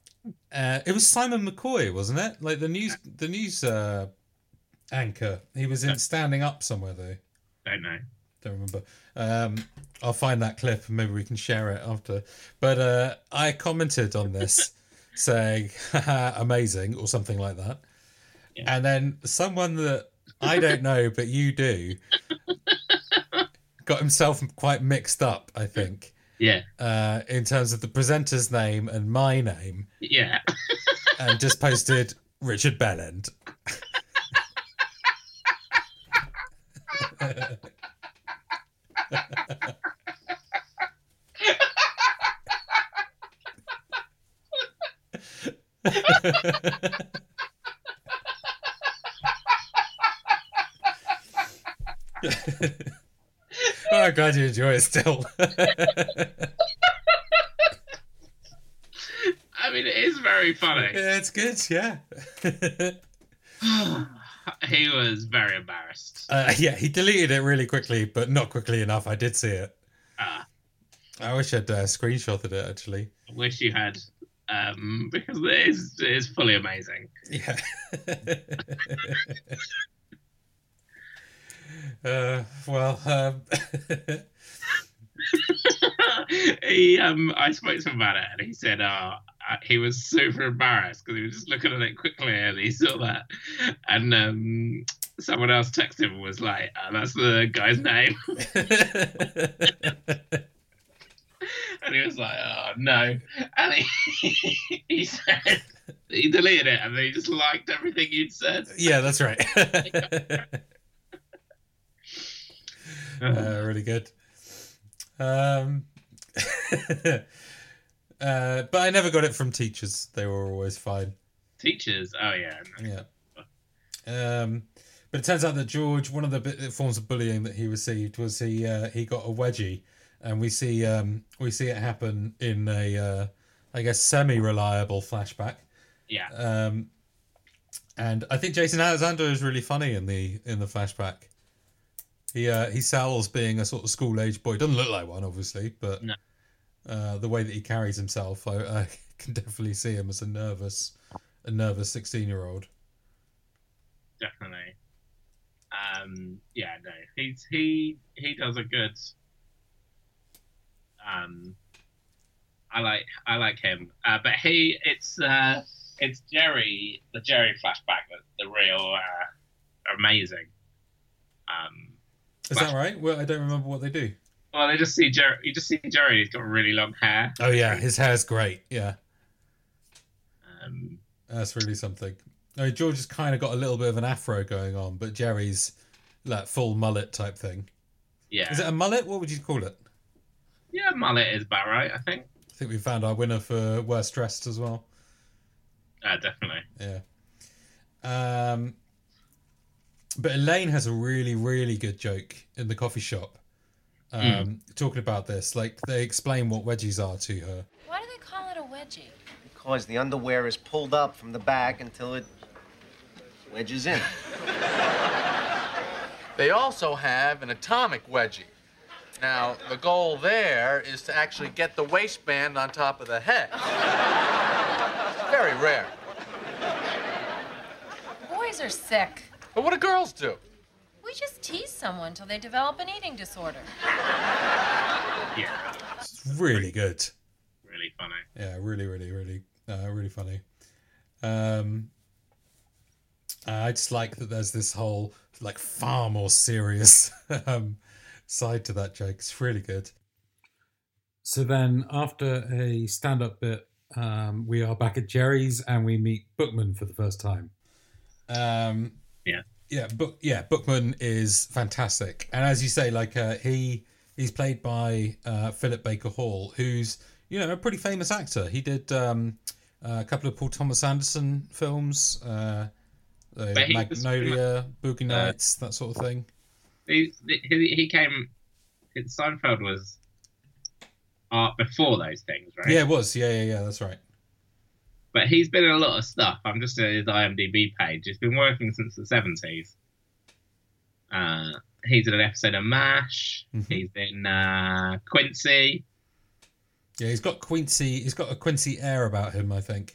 [SPEAKER 2] uh, it was Simon McCoy, wasn't it? Like the news, the news uh, anchor. He was in Standing Up somewhere though.
[SPEAKER 1] Don't know.
[SPEAKER 2] Don't remember. Um, I'll find that clip and maybe we can share it after. But uh, I commented on this, saying "Haha, "amazing" or something like that,
[SPEAKER 1] Yeah.
[SPEAKER 2] and then someone that I don't know but you do got himself quite mixed up. I think
[SPEAKER 1] Yeah,
[SPEAKER 2] uh, in terms of the presenter's name and my name,
[SPEAKER 1] yeah.
[SPEAKER 2] and just posted Richard Belland. oh, I'm glad you enjoy it still.
[SPEAKER 1] I mean, it is very funny.
[SPEAKER 2] Yeah, it's good. Yeah.
[SPEAKER 1] he was very embarrassed.
[SPEAKER 2] uh, yeah, he deleted it really quickly, but not quickly enough. I did see it.
[SPEAKER 1] Ah.
[SPEAKER 2] I wish I'd uh, screenshotted it actually.
[SPEAKER 1] I wish you had, um, because it is, it is fully amazing.
[SPEAKER 2] Yeah. uh, well, um,
[SPEAKER 1] he, um, I spoke to him about it, and he said, "Oh, I- he was super embarrassed because he was just looking at it quickly, and he saw that." And um, someone else texted him and was like, oh, "That's the guy's name," and he was like, "Oh no!" And he, he said he deleted it, and then he just liked everything you'd said.
[SPEAKER 2] yeah, that's right. uh, really good. Um, uh, but I never got it from teachers. They were always fine.
[SPEAKER 1] Teachers, oh yeah, no.
[SPEAKER 2] Yeah. Um, but it turns out that George, one of the bi- forms of bullying that he received was he uh, he got a wedgie, and we see um, we see it happen in a uh, I guess semi reliable flashback.
[SPEAKER 1] yeah,
[SPEAKER 2] Um, and I think Jason Alexander is really funny in the in the flashback. He uh, he sells being a sort of school age boy. Doesn't look like one, obviously, but
[SPEAKER 1] No.
[SPEAKER 2] uh, the way that he carries himself, I, I can definitely see him as a nervous a nervous sixteen year old.
[SPEAKER 1] definitely. Um, yeah, no, he's he he does a good. Um, I like I like him, uh, but he it's uh, it's Jerry the Jerry flashback that's the real uh, amazing. Um,
[SPEAKER 2] Is that right? Well, I don't remember what they do.
[SPEAKER 1] well, they just see Jerry. You just see Jerry. He's got really long hair.
[SPEAKER 2] Oh yeah, his hair's great. Yeah,
[SPEAKER 1] Um,
[SPEAKER 2] that's really something. I mean, George has kind of got a little bit of an afro going on, but Jerry's like full mullet type thing.
[SPEAKER 1] yeah,
[SPEAKER 2] Is it a mullet? What would you call it?
[SPEAKER 1] yeah, mullet is about right. I think.
[SPEAKER 2] I think we found our winner for worst dressed as well.
[SPEAKER 1] Uh, definitely.
[SPEAKER 2] Yeah. Um, but Elaine has a really, really good joke in the coffee shop. Um, Talking about this, like they explain what wedgies are to her.
[SPEAKER 5] Why do they call it a wedgie?
[SPEAKER 3] Because the underwear is pulled up from the back until it wedges in.
[SPEAKER 4] They also have an atomic wedgie. Now, the goal there is to actually get the waistband on top of the head. Very rare.
[SPEAKER 5] Boys are sick.
[SPEAKER 4] But what do girls do?
[SPEAKER 5] We just tease someone till they develop an eating disorder.
[SPEAKER 1] Yeah,
[SPEAKER 2] It's really good.
[SPEAKER 1] really funny.
[SPEAKER 2] Yeah, really, really, really, uh, really funny. Um, I just like that there's this whole like far more serious um, side to that joke. It's really good. So then, after a stand-up bit, um, we are back at Jerry's and we meet Bookman for the first time. Um,
[SPEAKER 1] Yeah.
[SPEAKER 2] yeah, book yeah, Bookman is fantastic, and as you say, like uh, he he's played by uh, Philip Baker Hall, who's you know a pretty famous actor. He did um, a couple of Paul Thomas Anderson films, uh, uh,
[SPEAKER 1] But he was pretty uh,
[SPEAKER 2] Magnolia, Boogie Nights, that sort of thing.
[SPEAKER 1] he he he came. Seinfeld was art before those things, right?
[SPEAKER 2] Yeah, it was. Yeah, yeah, yeah. That's right.
[SPEAKER 1] But he's been in a lot of stuff. I'm just at his IMDb page. He's been working since the 70s. Uh, he's in an episode of MASH.
[SPEAKER 2] Mhm.
[SPEAKER 1] He's in uh, Quincy.
[SPEAKER 2] Yeah, he's got Quincy. He's got a Quincy air about him, I think.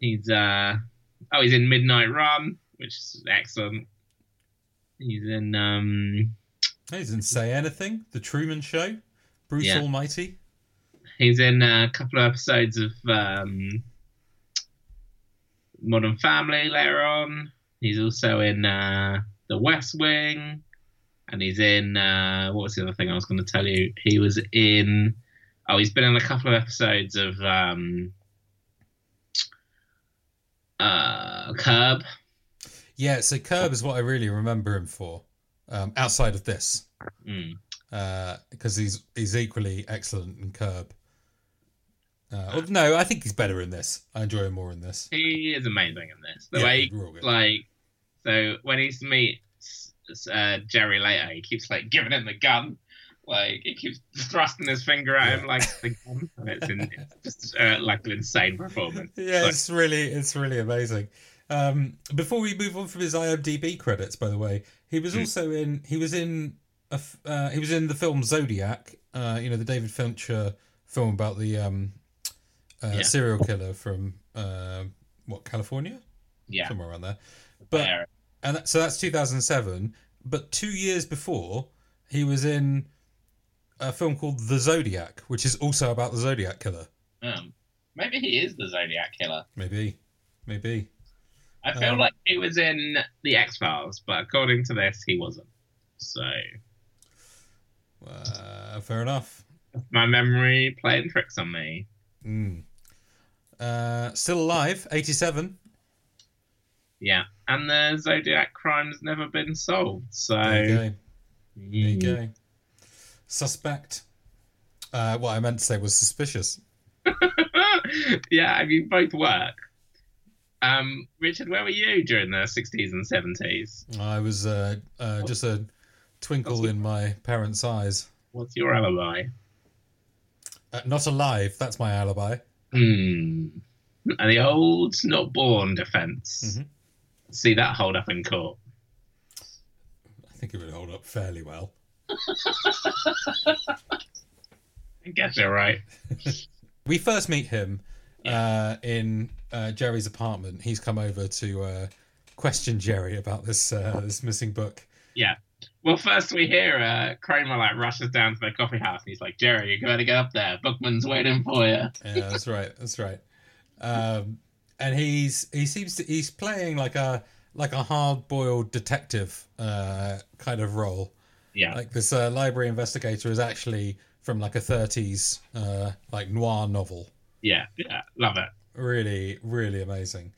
[SPEAKER 1] He's uh, oh, he's in Midnight Run, which is excellent. He's in um,
[SPEAKER 2] He's in Say Anything, The Truman Show, Bruce
[SPEAKER 1] Yeah.
[SPEAKER 2] Almighty.
[SPEAKER 1] he's in a couple of episodes of um, Modern Family later on. He's also in uh, The West Wing, and he's in uh, what was the other thing I was going to tell you? He was in oh, he's been in a couple of episodes of um, uh, Curb.
[SPEAKER 2] Yeah, so Curb is what I really remember him for. Um, outside of this,
[SPEAKER 1] Mm.
[SPEAKER 2] because he's he's equally excellent in Curb. Uh, well, no, I think he's better in this. I enjoy him more in this.
[SPEAKER 1] He is amazing in this. The
[SPEAKER 2] Yeah,
[SPEAKER 1] way he
[SPEAKER 2] he's real good.
[SPEAKER 1] like so when he's meets uh, Jerry later, he keeps like giving him the gun. Like he keeps thrusting his finger at him
[SPEAKER 2] Yeah.
[SPEAKER 1] like it's the gun. And it's, in, it's just uh, like an insane performance.
[SPEAKER 2] Yeah,
[SPEAKER 1] Like,
[SPEAKER 2] it's really it's really amazing. Um, before we move on from his IMDb credits, by the way, he was
[SPEAKER 1] Hmm.
[SPEAKER 2] also in he was in a f uh, he was in the film Zodiac. Uh, you know the David Fincher film about the um, uh,
[SPEAKER 1] Yeah.
[SPEAKER 2] serial killer from uh, what California,
[SPEAKER 1] yeah.
[SPEAKER 2] somewhere around there. But
[SPEAKER 1] There.
[SPEAKER 2] and that, so that's 2007. But two years before, he was in a film called The Zodiac, which is also about the Zodiac killer.
[SPEAKER 1] Um, maybe he is the Zodiac killer.
[SPEAKER 2] Maybe, maybe.
[SPEAKER 1] I feel
[SPEAKER 2] Um,
[SPEAKER 1] like he was in the X Files, but according to this, he wasn't. So
[SPEAKER 2] Uh, fair enough.
[SPEAKER 1] my memory playing tricks on me.
[SPEAKER 2] Mm. Uh, still alive, 87.
[SPEAKER 1] Yeah, and the Zodiac crime's never been solved. So
[SPEAKER 2] There you go. There you
[SPEAKER 1] Mm.
[SPEAKER 2] go. Suspect. Uh, what I meant to say was suspicious.
[SPEAKER 1] yeah, I mean both work. Um, Richard, where were you during the sixties and seventies?
[SPEAKER 2] I was uh, uh, just a twinkle in my parents' eyes.
[SPEAKER 1] What's your alibi?
[SPEAKER 2] Uh, not alive, that's my alibi.
[SPEAKER 1] Hmm. And the old not born defense
[SPEAKER 2] Mhm.
[SPEAKER 1] See that hold up in court.
[SPEAKER 2] I think it would hold up fairly well.
[SPEAKER 1] I guess you're right.
[SPEAKER 2] We first meet him uh, in uh, Jerry's apartment. He's come over to uh, question Jerry about this uh, this missing book.
[SPEAKER 1] Well, first we hear uh, Kramer like rushes down to the coffee house and he's like, "Jerry, you're going to get up there. Bookman's waiting for you."
[SPEAKER 2] yeah, that's right. That's right. Um, and he's he seems to he's playing like a like a hard boiled detective uh, kind of role.
[SPEAKER 1] Yeah,
[SPEAKER 2] Like this uh, library investigator is actually from like a 30s uh, like noir novel.
[SPEAKER 1] yeah, yeah. Love it.
[SPEAKER 2] Really, really amazing.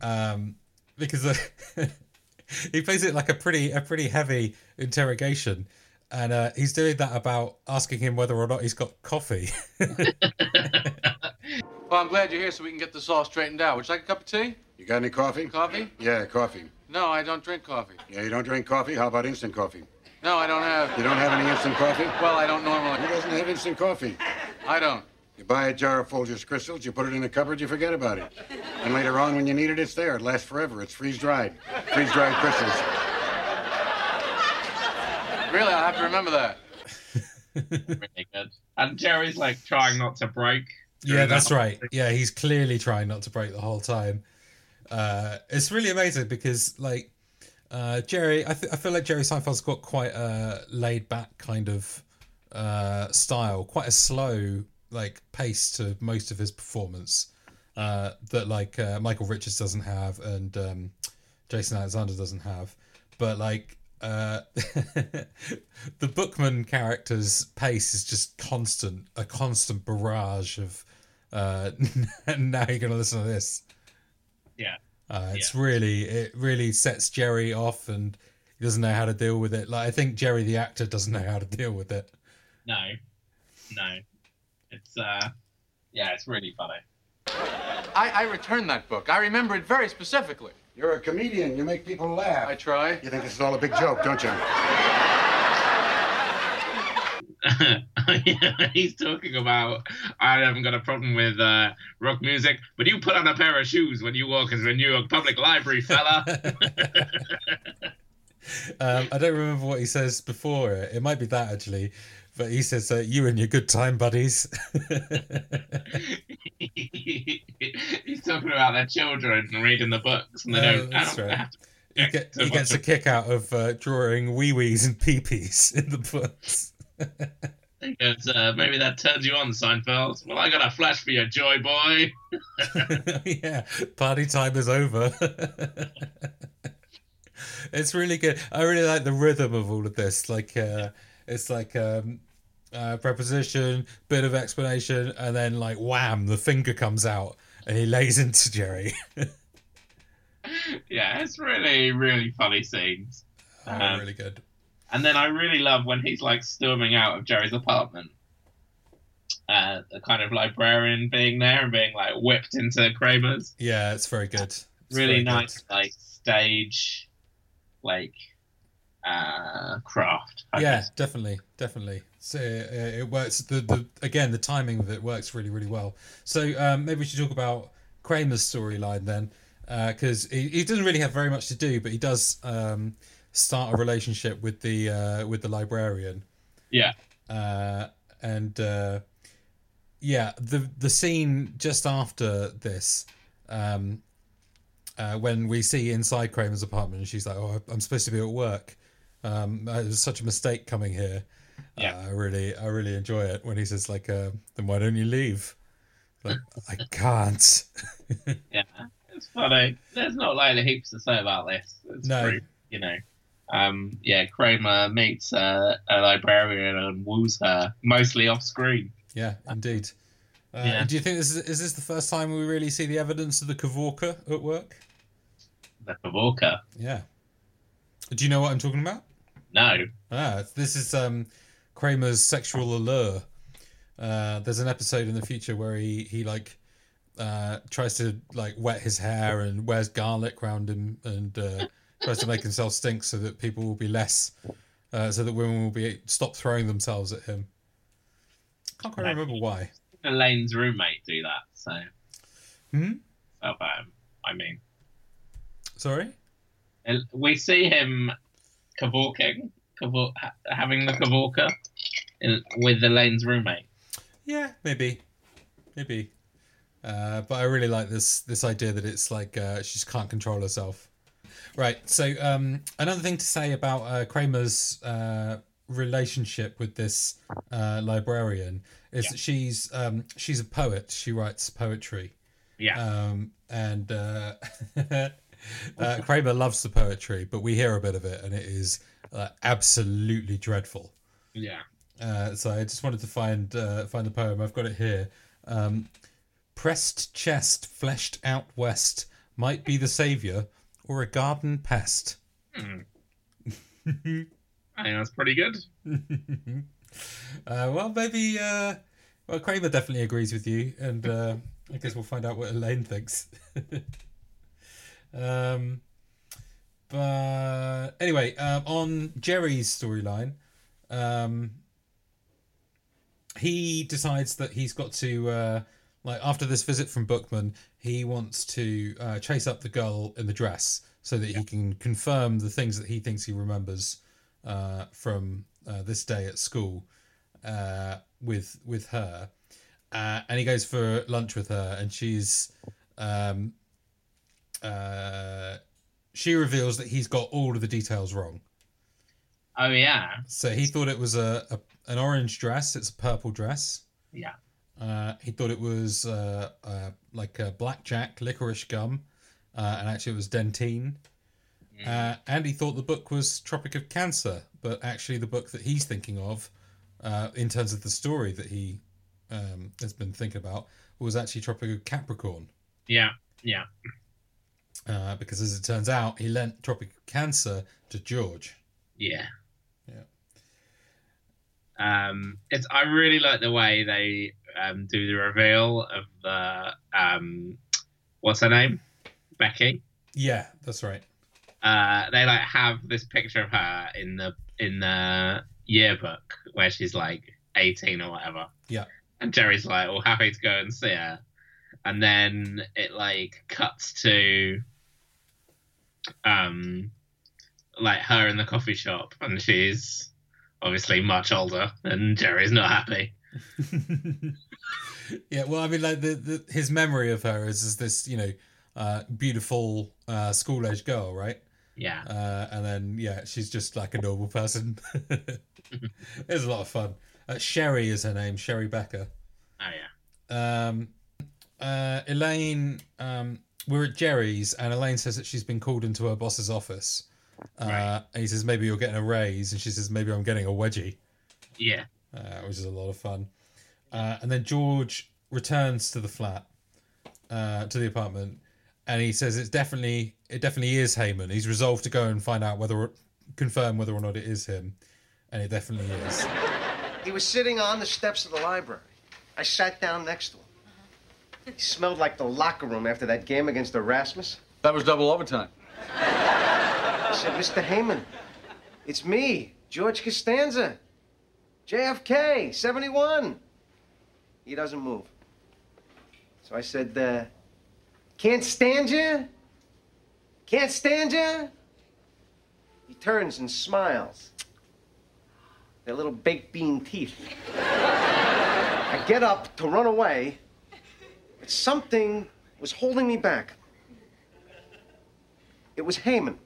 [SPEAKER 2] Um, because the, he plays it like a pretty a pretty heavy interrogation. And uh, he's doing that about asking him whether or not he's got coffee.
[SPEAKER 4] Well, I'm glad you're here so we can get this all straightened out. Would you like a cup of tea?
[SPEAKER 6] You got any coffee?
[SPEAKER 4] Coffee?
[SPEAKER 6] Yeah, coffee.
[SPEAKER 4] No, I don't drink coffee.
[SPEAKER 6] Yeah, you don't drink coffee? How about instant coffee?
[SPEAKER 4] No, I don't have.
[SPEAKER 6] You don't have any instant coffee?
[SPEAKER 4] Well, I don't normally.
[SPEAKER 6] Who doesn't have instant coffee?
[SPEAKER 4] I don't.
[SPEAKER 6] You buy a jar of Folgers crystals, you put it in a cupboard, you forget about it. And later on, when you need it, it's there. It lasts forever. It's freeze dried. Freeze dried crystals.
[SPEAKER 4] Really, I'll have to remember that.
[SPEAKER 1] Really good. And Jerry's like trying not to break.
[SPEAKER 2] Yeah,
[SPEAKER 1] during that
[SPEAKER 2] that's right. Yeah, he's clearly trying not to break the whole time. Uh, it's really amazing because, like, uh, Jerry, I, th- I feel like Jerry Seinfeld's got quite a laid back kind of uh, style, quite a slow, like, pace to most of his performance uh, that, like, uh, Michael Richards doesn't have and um, Jason Alexander doesn't have. But, like, uh, the Bookman character's pace is just constant, a constant barrage of. Uh, now you're going to listen to this.
[SPEAKER 1] Yeah.
[SPEAKER 2] Uh, it's really it really sets Jerry off, and he doesn't know how to deal with it. Like I think Jerry the actor doesn't know how to deal with it.
[SPEAKER 1] No, no. It's uh, yeah, it's really funny.
[SPEAKER 4] I, I returned that book. I remember it very specifically.
[SPEAKER 6] You're a comedian. You make people
[SPEAKER 4] I
[SPEAKER 6] laugh.
[SPEAKER 4] try.
[SPEAKER 6] You think this is all a big joke, don't you?
[SPEAKER 1] he's talking about I haven't got a problem with uh, rock music, but you put on a pair of shoes when you walk into the New York Public Library, fella.
[SPEAKER 2] Um, I don't remember what he says before it. It might be that actually, but he says, uh, "You and your good time buddies."
[SPEAKER 1] he's talking about their children and reading the books, and they
[SPEAKER 2] Oh,
[SPEAKER 1] don't. I
[SPEAKER 2] that's
[SPEAKER 1] don't
[SPEAKER 2] right.
[SPEAKER 1] have to
[SPEAKER 2] he, get,
[SPEAKER 1] so
[SPEAKER 2] he gets a
[SPEAKER 1] much.
[SPEAKER 2] kick out of uh, drawing wee wees and pee pees in the books.
[SPEAKER 1] think it's, uh, maybe that turns you on, Seinfeld. Well, I got a flash for you, Joy Boy.
[SPEAKER 2] yeah, party time is over. it's really good. I really like the rhythm of all of this. Like, uh, it's like um, uh, preposition, bit of explanation, and then like wham, the finger comes out and he lays into Jerry.
[SPEAKER 1] Yeah, it's really, really funny scenes.
[SPEAKER 2] Oh,
[SPEAKER 1] Um,
[SPEAKER 2] really good.
[SPEAKER 1] And then I really love when he's like storming out of Jerry's apartment. Uh, the kind of librarian being there and being like whipped into Kramer's.
[SPEAKER 2] Yeah, it's very good. It's very
[SPEAKER 1] really
[SPEAKER 2] good.
[SPEAKER 1] nice, like stage, like uh, craft. I
[SPEAKER 2] Yeah,
[SPEAKER 1] guess.
[SPEAKER 2] definitely, definitely. So uh, it works. The, the again, the timing of it works really, really well. So um, maybe we should talk about Kramer's storyline then, because he, he doesn't really have very much to do, but he does um, start a relationship with the uh, with the librarian,
[SPEAKER 1] yeah,
[SPEAKER 2] uh, and uh, yeah, the the scene just after this. Um, uh, when we see inside Kramer's apartment, and she's like, "Oh, I'm supposed to be at work. Um, it was such a mistake coming here."
[SPEAKER 1] Yeah.
[SPEAKER 2] Uh, I really, I really enjoy it when he says like, uh, "Then why don't you leave?" Like, I can't.
[SPEAKER 1] yeah. It's funny. There's not like heaps to say about this. It's
[SPEAKER 2] No.
[SPEAKER 1] pretty, you know. Um, yeah, Kramer meets uh, a librarian and woos her, mostly off screen.
[SPEAKER 2] Yeah, indeed. Uh,
[SPEAKER 1] Yeah.
[SPEAKER 2] Do you think this is, is this the first time we really see the evidence of the Kavorka at work?
[SPEAKER 1] The Kavorka.
[SPEAKER 2] Yeah. Do you know what I'm talking about?
[SPEAKER 1] No.
[SPEAKER 2] Ah, this is um, Kramer's sexual allure. Uh, there's an episode in the future where he he like uh, tries to like wet his hair and wears garlic round him and uh, tries to make himself stink so that people will be less, uh, so that women will be stop throwing themselves at him. Can't quite remember why.
[SPEAKER 1] Elaine's roommate do that, so.
[SPEAKER 2] Hmm?
[SPEAKER 1] Oh, um, I mean,
[SPEAKER 2] Sorry.
[SPEAKER 1] El- we see him cavorking, cavor- ha- having the cavorka in- with Elaine's roommate.
[SPEAKER 2] Yeah, maybe, maybe. Uh, but I really like this this idea that it's like uh, she just can't control herself. Right. So um, another thing to say about uh, Kramer's uh, relationship with this uh, librarian is that she's um, she's a poet. She writes poetry.
[SPEAKER 1] Yeah.
[SPEAKER 2] Um, and uh, uh, Kramer loves the poetry, but we hear a bit of it, and it is uh, absolutely dreadful.
[SPEAKER 1] yeah.
[SPEAKER 2] Uh, so I just wanted to find uh, find the poem. I've got it here. Um, Pressed chest, fleshed out west, might be the saviour or a garden pest.
[SPEAKER 1] I think that's pretty good.
[SPEAKER 2] Uh, well, maybe. Uh, well, Kramer definitely agrees with you, and uh, I guess we'll find out what Elaine thinks. um, but anyway, um, on Jerry's storyline, um, he decides that he's got to uh, like after this visit from Bookman, he wants to uh, chase up the girl in the dress so that he can confirm the things that he thinks he remembers uh, from uh, this day at school uh, with with her, uh, and he goes for lunch with her, and she's. Um, uh, she reveals that he's got all of the details wrong.
[SPEAKER 1] Oh, yeah.
[SPEAKER 2] So he thought it was a, a an orange dress. It's a purple dress.
[SPEAKER 1] Yeah.
[SPEAKER 2] Uh, he thought it was uh, uh, like a blackjack, licorice gum, uh, and actually it was dentine. Uh, and he thought the book was Tropic of Cancer, but actually the book that he's thinking of, uh, in terms of the story that he um, has been thinking about, was actually Tropic of Capricorn.
[SPEAKER 1] Yeah. Yeah.
[SPEAKER 2] Uh, because as it turns out, he lent Tropic of Cancer to George.
[SPEAKER 1] Yeah.
[SPEAKER 2] Yeah.
[SPEAKER 1] Um, it's I really like the way they um, do the reveal of the um, what's her name, Becky.
[SPEAKER 2] Yeah, that's right.
[SPEAKER 1] Uh, they like have this picture of her in the in the yearbook where she's like 18 or whatever.
[SPEAKER 2] Yeah.
[SPEAKER 1] And Jerry's like, all happy to go and see her. And then it like cuts to um like her in the coffee shop and she's obviously much older and Jerry's not happy.
[SPEAKER 2] yeah, well, I mean, like the, the his memory of her is, is this, you know, uh, beautiful uh, school age girl, right?
[SPEAKER 1] Yeah.
[SPEAKER 2] Uh, and then yeah, she's just like a normal person. it's a lot of fun. Uh, Sherry is her name, Sherry Becker.
[SPEAKER 1] Oh yeah.
[SPEAKER 2] Um, uh, Elaine, um, we're at Jerry's, and Elaine says that she's been called into her boss's office. Uh,
[SPEAKER 1] Right.
[SPEAKER 2] And he says maybe you're getting a raise, and she says maybe I'm getting a wedgie
[SPEAKER 1] Yeah.
[SPEAKER 2] uh, which is a lot of fun. Uh, and then George returns to the flat, uh, to the apartment, and he says it's definitely it definitely is Heyman. He's resolved to go and find out whether or- confirm whether or not it is him, and it definitely is.
[SPEAKER 3] He was sitting on the steps of the library. I sat down next to him. He smelled like the locker room after that game against Erasmus.
[SPEAKER 4] That was double overtime.
[SPEAKER 3] I said, Mr. Heyman, it's me, George Costanza, JFK, 71. He doesn't move. So I said, uh, can't stand you? Can't stand you? He turns and smiles. Their little baked bean teeth. I get up to run away, but something was holding me back. It was Heyman.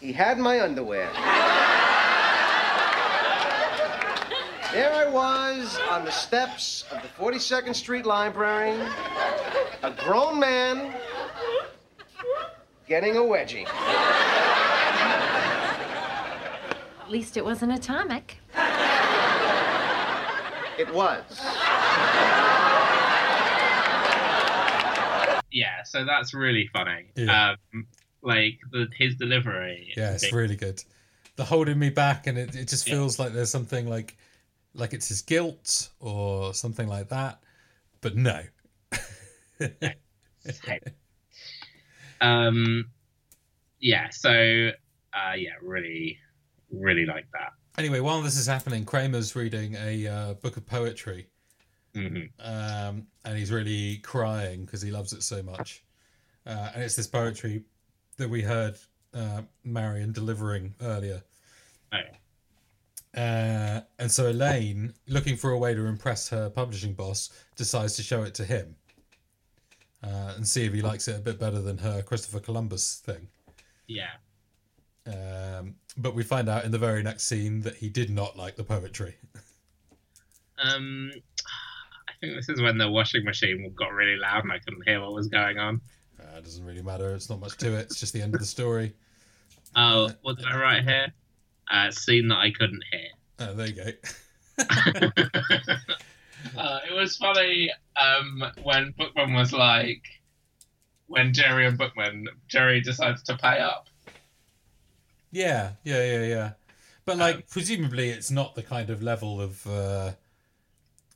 [SPEAKER 3] He had my underwear. There I was on the steps of the 42nd Street Library, a grown man getting a wedgie.
[SPEAKER 5] At least it wasn't atomic.
[SPEAKER 3] It was.
[SPEAKER 1] Yeah. So that's really funny.
[SPEAKER 2] Yeah.
[SPEAKER 1] Um, like the, his delivery.
[SPEAKER 2] Yeah, it's really good. The holding me back, and it, it just feels like there's something like like it's his guilt or something like that, but no.
[SPEAKER 1] um. Yeah. So. Uh. Yeah. Really. Really like that.
[SPEAKER 2] Anyway, while this is happening, Kramer's reading a uh, book of poetry.
[SPEAKER 1] Mhm.
[SPEAKER 2] um, and he's really crying because he loves it so much. Uh, and it's this poetry that we heard uh, Marion delivering earlier.
[SPEAKER 1] Oh, yeah.
[SPEAKER 2] Uh, and so Elaine, looking for a way to impress her publishing boss, decides to show it to him uh, and see if he likes it a bit better than her Christopher Columbus thing.
[SPEAKER 1] Yeah.
[SPEAKER 2] Um, but we find out in the very next scene that he did not like the poetry.
[SPEAKER 1] Um. I think this is when the washing machine got really loud and I couldn't hear what was going on.
[SPEAKER 2] Uh, it doesn't really matter. It's not much to it. It's just the end of the story.
[SPEAKER 1] Oh, what did I write here? Uh, scene that I couldn't hear.
[SPEAKER 2] Uh, there you go.
[SPEAKER 1] Uh, it was funny um, when Bookman was like, when Jerry and Bookman, Jerry decides to pay up.
[SPEAKER 2] Yeah, yeah, yeah, yeah. But like, presumably, it's not the kind of level of. Uh,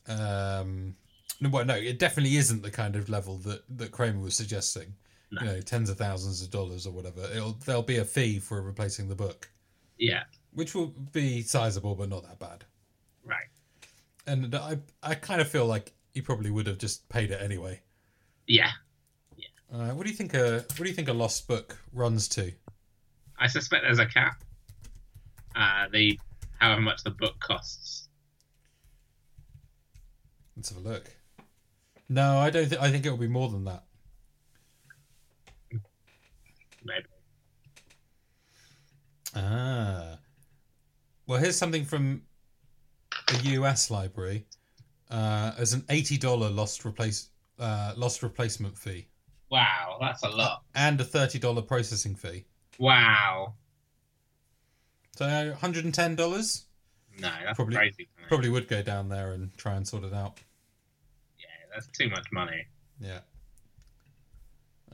[SPEAKER 2] um, no, well, no, it definitely isn't the kind of level that that Kramer was suggesting. You know, tens of thousands of dollars or whatever. It'll there'll be a fee for replacing the book,
[SPEAKER 1] Yeah,
[SPEAKER 2] which will be sizable, but not that bad.
[SPEAKER 1] right.
[SPEAKER 2] And I I kind of feel like he probably would have just paid it anyway.
[SPEAKER 1] Yeah,
[SPEAKER 2] Uh, what do you think a what do you think a lost book runs to?
[SPEAKER 1] I suspect there's a cap. Uh, the however much the book costs.
[SPEAKER 2] Let's have a look. No, I don't. Th- I think it will be more than that.
[SPEAKER 1] Maybe.
[SPEAKER 2] Ah. Well, here's something from the US library. Uh, as an eighty dollar lost replace uh, lost replacement fee
[SPEAKER 1] Wow, that's a lot.
[SPEAKER 2] and a thirty dollar processing fee.
[SPEAKER 1] Wow.
[SPEAKER 2] So one hundred and ten dollars
[SPEAKER 1] No, that's
[SPEAKER 2] Probably-
[SPEAKER 1] crazy. to me.
[SPEAKER 2] probably would go down there and try and sort it out.
[SPEAKER 1] Yeah, that's too much money.
[SPEAKER 2] Yeah.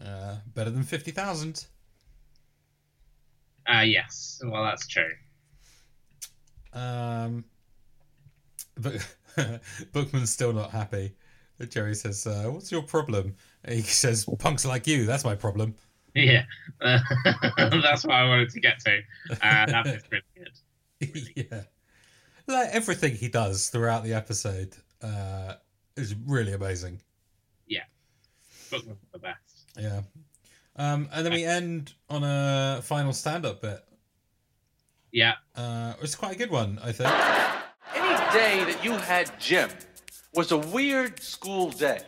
[SPEAKER 2] Uh, better than fifty thousand.
[SPEAKER 1] Uh, yes. Well, that's true.
[SPEAKER 2] Um, but Bookman's still not happy. Jerry says, uh, "What's your problem?" He says, "Punks like you. That's my problem."
[SPEAKER 1] Yeah, that's what I wanted to get to. Uh, that was pretty good.
[SPEAKER 2] yeah. Like everything he does throughout the episode uh, is really amazing.
[SPEAKER 1] Book was the best.
[SPEAKER 2] Yeah. Um, and then we end on a final stand up bit.
[SPEAKER 1] Yeah.
[SPEAKER 2] Uh, it's quite a good one, I think.
[SPEAKER 4] Any day that you had gym was a weird school day.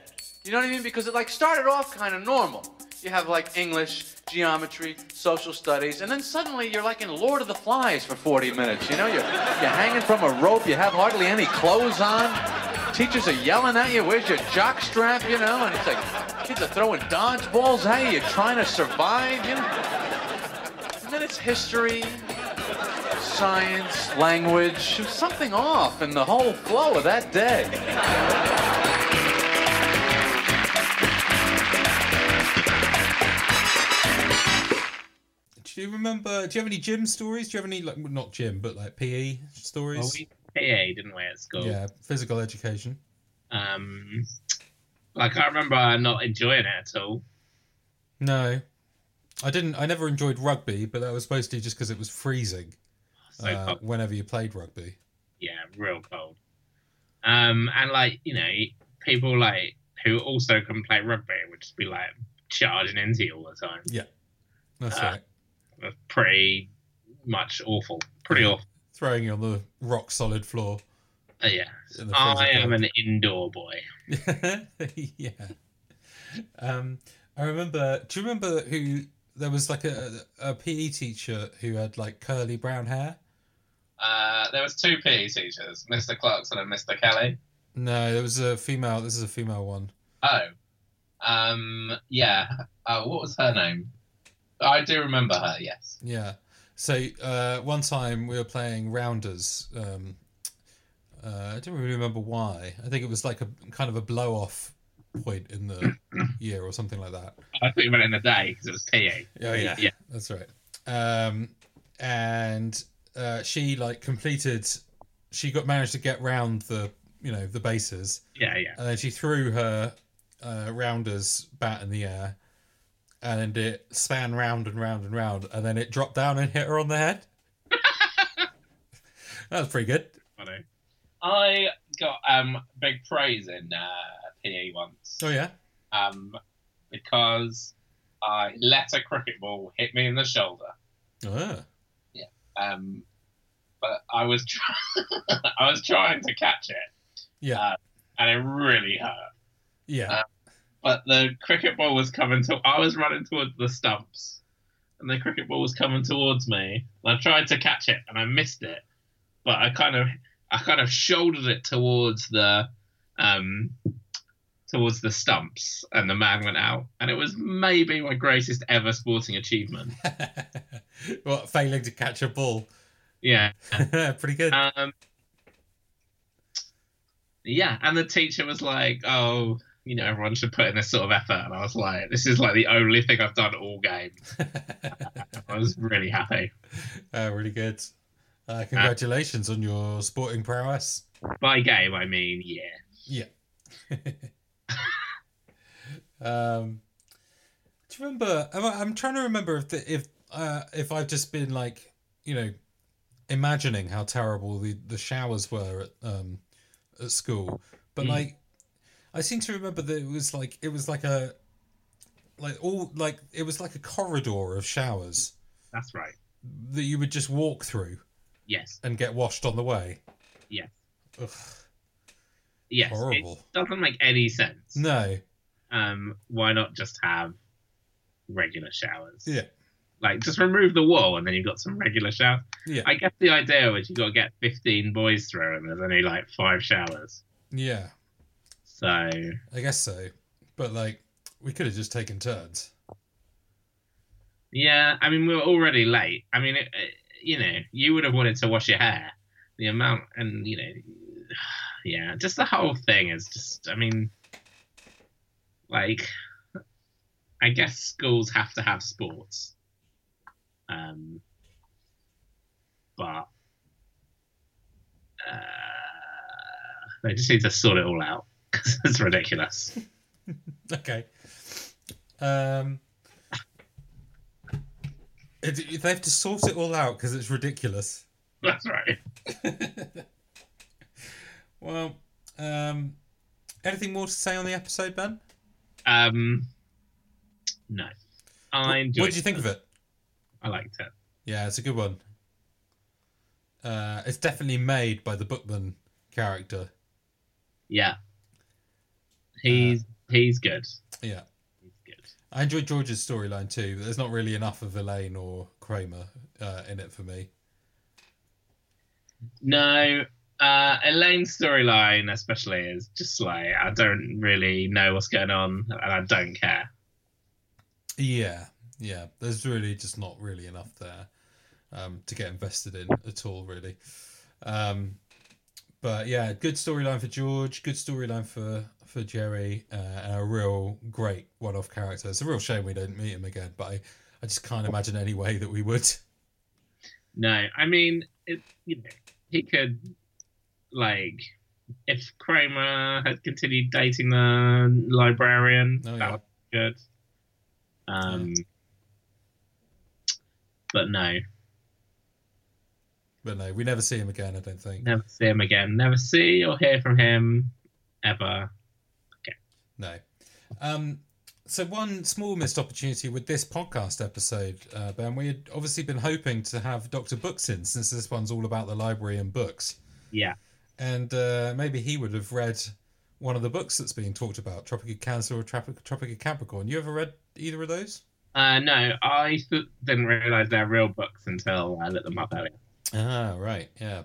[SPEAKER 4] You know what I mean? Because it like started off kind of normal. You have like English, geometry, social studies, and then suddenly you're like in Lord of the Flies for 40 minutes. You know, you're, you're hanging from a rope, you have hardly any clothes on. Teachers are yelling at you, where's your jock strap, you know? And it's like kids are throwing dodgeballs at you, you're trying to survive, you know? And then it's history, science, language, there was something off in the whole flow of that day.
[SPEAKER 2] Do you remember? Do you have any gym stories? Do you have any like not gym, but like PE
[SPEAKER 1] Well,
[SPEAKER 2] stories?
[SPEAKER 1] Oh, we PA didn't we at school?
[SPEAKER 2] yeah, physical education.
[SPEAKER 1] Um, like I remember not enjoying it at all.
[SPEAKER 2] No, I didn't. I never enjoyed rugby, but that was mostly just because it was freezing
[SPEAKER 1] So
[SPEAKER 2] uh,
[SPEAKER 1] cold.
[SPEAKER 2] whenever you played rugby.
[SPEAKER 1] yeah, real cold. Um, and like you know, people like who also can play rugby would just be like charging into you all the time.
[SPEAKER 2] That's
[SPEAKER 1] Ah.
[SPEAKER 2] right.
[SPEAKER 1] That's pretty much awful. Pretty awful.
[SPEAKER 2] Throwing you on the rock solid floor.
[SPEAKER 1] Uh, yeah,
[SPEAKER 2] In the
[SPEAKER 1] I
[SPEAKER 2] freezing
[SPEAKER 1] am
[SPEAKER 2] cold.
[SPEAKER 1] an indoor boy.
[SPEAKER 2] yeah. Um, I remember. Do you remember who? There was like a, a PE teacher who had like curly brown hair.
[SPEAKER 1] Uh, there was two PE teachers, Mr. Clarkson and Mr. Kelly.
[SPEAKER 2] No, there was a female. This is a female one.
[SPEAKER 1] Oh, um, yeah. Oh, what was her name? I do remember her. Yes.
[SPEAKER 2] Yeah. So uh, one time we were playing rounders. Um, uh, I don't really remember why. I think it was like a kind of a blow off point in the year or something like that.
[SPEAKER 1] I thought you meant in the day because it was PE.
[SPEAKER 2] Oh yeah,
[SPEAKER 1] Yeah.
[SPEAKER 2] that's right. Um, and uh, she like completed. She got managed to get round the you know the bases,
[SPEAKER 1] Yeah, yeah.
[SPEAKER 2] and then she threw her uh, rounders bat in the air, and it span round and round and round, and then it dropped down and hit her on the head. that was pretty good.
[SPEAKER 1] Funny. I got um big praise in uh, PE once.
[SPEAKER 2] Oh yeah,
[SPEAKER 1] Um, because I let a cricket ball hit me in the shoulder.
[SPEAKER 2] Ah.
[SPEAKER 1] Um, but I was try- I was trying to catch it,
[SPEAKER 2] yeah,
[SPEAKER 1] Uh, and it really hurt.
[SPEAKER 2] yeah.
[SPEAKER 1] uh, But the cricket ball was coming to. I was running towards the stumps, and the cricket ball was coming towards me. And I tried to catch it, and I missed it. But I kind of, I kind of shouldered it towards the, um, towards the stumps, and the man went out. And it was maybe my greatest ever sporting achievement.
[SPEAKER 2] Ah. what failing to catch a ball?
[SPEAKER 1] Yeah.
[SPEAKER 2] pretty good.
[SPEAKER 1] Um, yeah, and the teacher was like, "Oh, you know, everyone should put in this sort of effort," and I was like, "This is like the only thing I've done all game."
[SPEAKER 2] Ah.
[SPEAKER 1] I was really happy.
[SPEAKER 2] Uh, really good. Uh, congratulations on your sporting prowess.
[SPEAKER 1] By game, I mean yeah.
[SPEAKER 2] Yeah. um, do you remember? I'm, I'm trying to remember if the, if uh, if I've just been like you know imagining how terrible the, the showers were at um, at school, but
[SPEAKER 1] Mm.
[SPEAKER 2] like I seem to remember that it was like it was like a like all like it was like a corridor of showers
[SPEAKER 1] That's right.
[SPEAKER 2] that you would just walk through
[SPEAKER 1] Yes,
[SPEAKER 2] and get washed on the way.
[SPEAKER 1] yes,
[SPEAKER 2] Ugh,
[SPEAKER 1] yes.
[SPEAKER 2] horrible.
[SPEAKER 1] It doesn't make any sense.
[SPEAKER 2] No.
[SPEAKER 1] Um, why not just have regular showers?
[SPEAKER 2] Yeah.
[SPEAKER 1] Like just remove the wall, and then you've got some regular showers.
[SPEAKER 2] Yeah.
[SPEAKER 1] I guess the idea was you got to get fifteen boys through, and there's only like five showers.
[SPEAKER 2] yeah.
[SPEAKER 1] So
[SPEAKER 2] I guess so. But like we could have just taken turns.
[SPEAKER 1] yeah, I mean we were already late. I mean, it, it- you know, you would have wanted to wash your hair. The amount and you know, yeah, just the whole thing is just. I mean, like, I guess schools have to have sports. Um, but uh, they just need to sort it all out 'cause it's ridiculous.
[SPEAKER 2] Okay. Um it, they have to sort it all out because it's ridiculous.
[SPEAKER 1] That's right.
[SPEAKER 2] Well, um, anything more to say on the episode, Ben?
[SPEAKER 1] Um, no, I enjoyed.
[SPEAKER 2] What did you think of it?
[SPEAKER 1] I liked it.
[SPEAKER 2] Yeah, it's a good one. Uh, it's definitely made by the Bookman character. Uh,
[SPEAKER 1] Yeah, he's he's good.
[SPEAKER 2] Yeah.
[SPEAKER 1] He's good.
[SPEAKER 2] I enjoyed George's storyline too, but there's not really enough of Elaine or Kramer uh, in it for me.
[SPEAKER 1] No, uh, Elaine's storyline especially is just like I don't really know what's going on, and I don't care.
[SPEAKER 2] Yeah, yeah. There's really just not really enough there um, to get invested in at all, really. Um, but yeah, good storyline for George. Good storyline for for Jerry. Uh, and a real great one-off character. It's a real shame we don't meet him again, but I, I just can't imagine any way that we would.
[SPEAKER 1] No, I mean, it, you know, he could like if Kramer had continued dating the librarian,
[SPEAKER 2] Oh, yeah.
[SPEAKER 1] that would be good. Um, but no,
[SPEAKER 2] But no, we never see him again. I don't think.
[SPEAKER 1] never see him again. Never see or hear from him ever.
[SPEAKER 2] No. Um, so one small missed opportunity with this podcast episode, uh, Ben. We had obviously been hoping to have Doctor Books in, since this one's all about the library and books,
[SPEAKER 1] Yeah,
[SPEAKER 2] and uh, maybe he would have read one of the books that's being talked about, Tropic of Cancer or Tropic, Tropic of Capricorn. You ever read either of those?
[SPEAKER 1] uh, no, I th- didn't realize they're real books until I looked them up earlier.
[SPEAKER 2] Ah, right, yeah.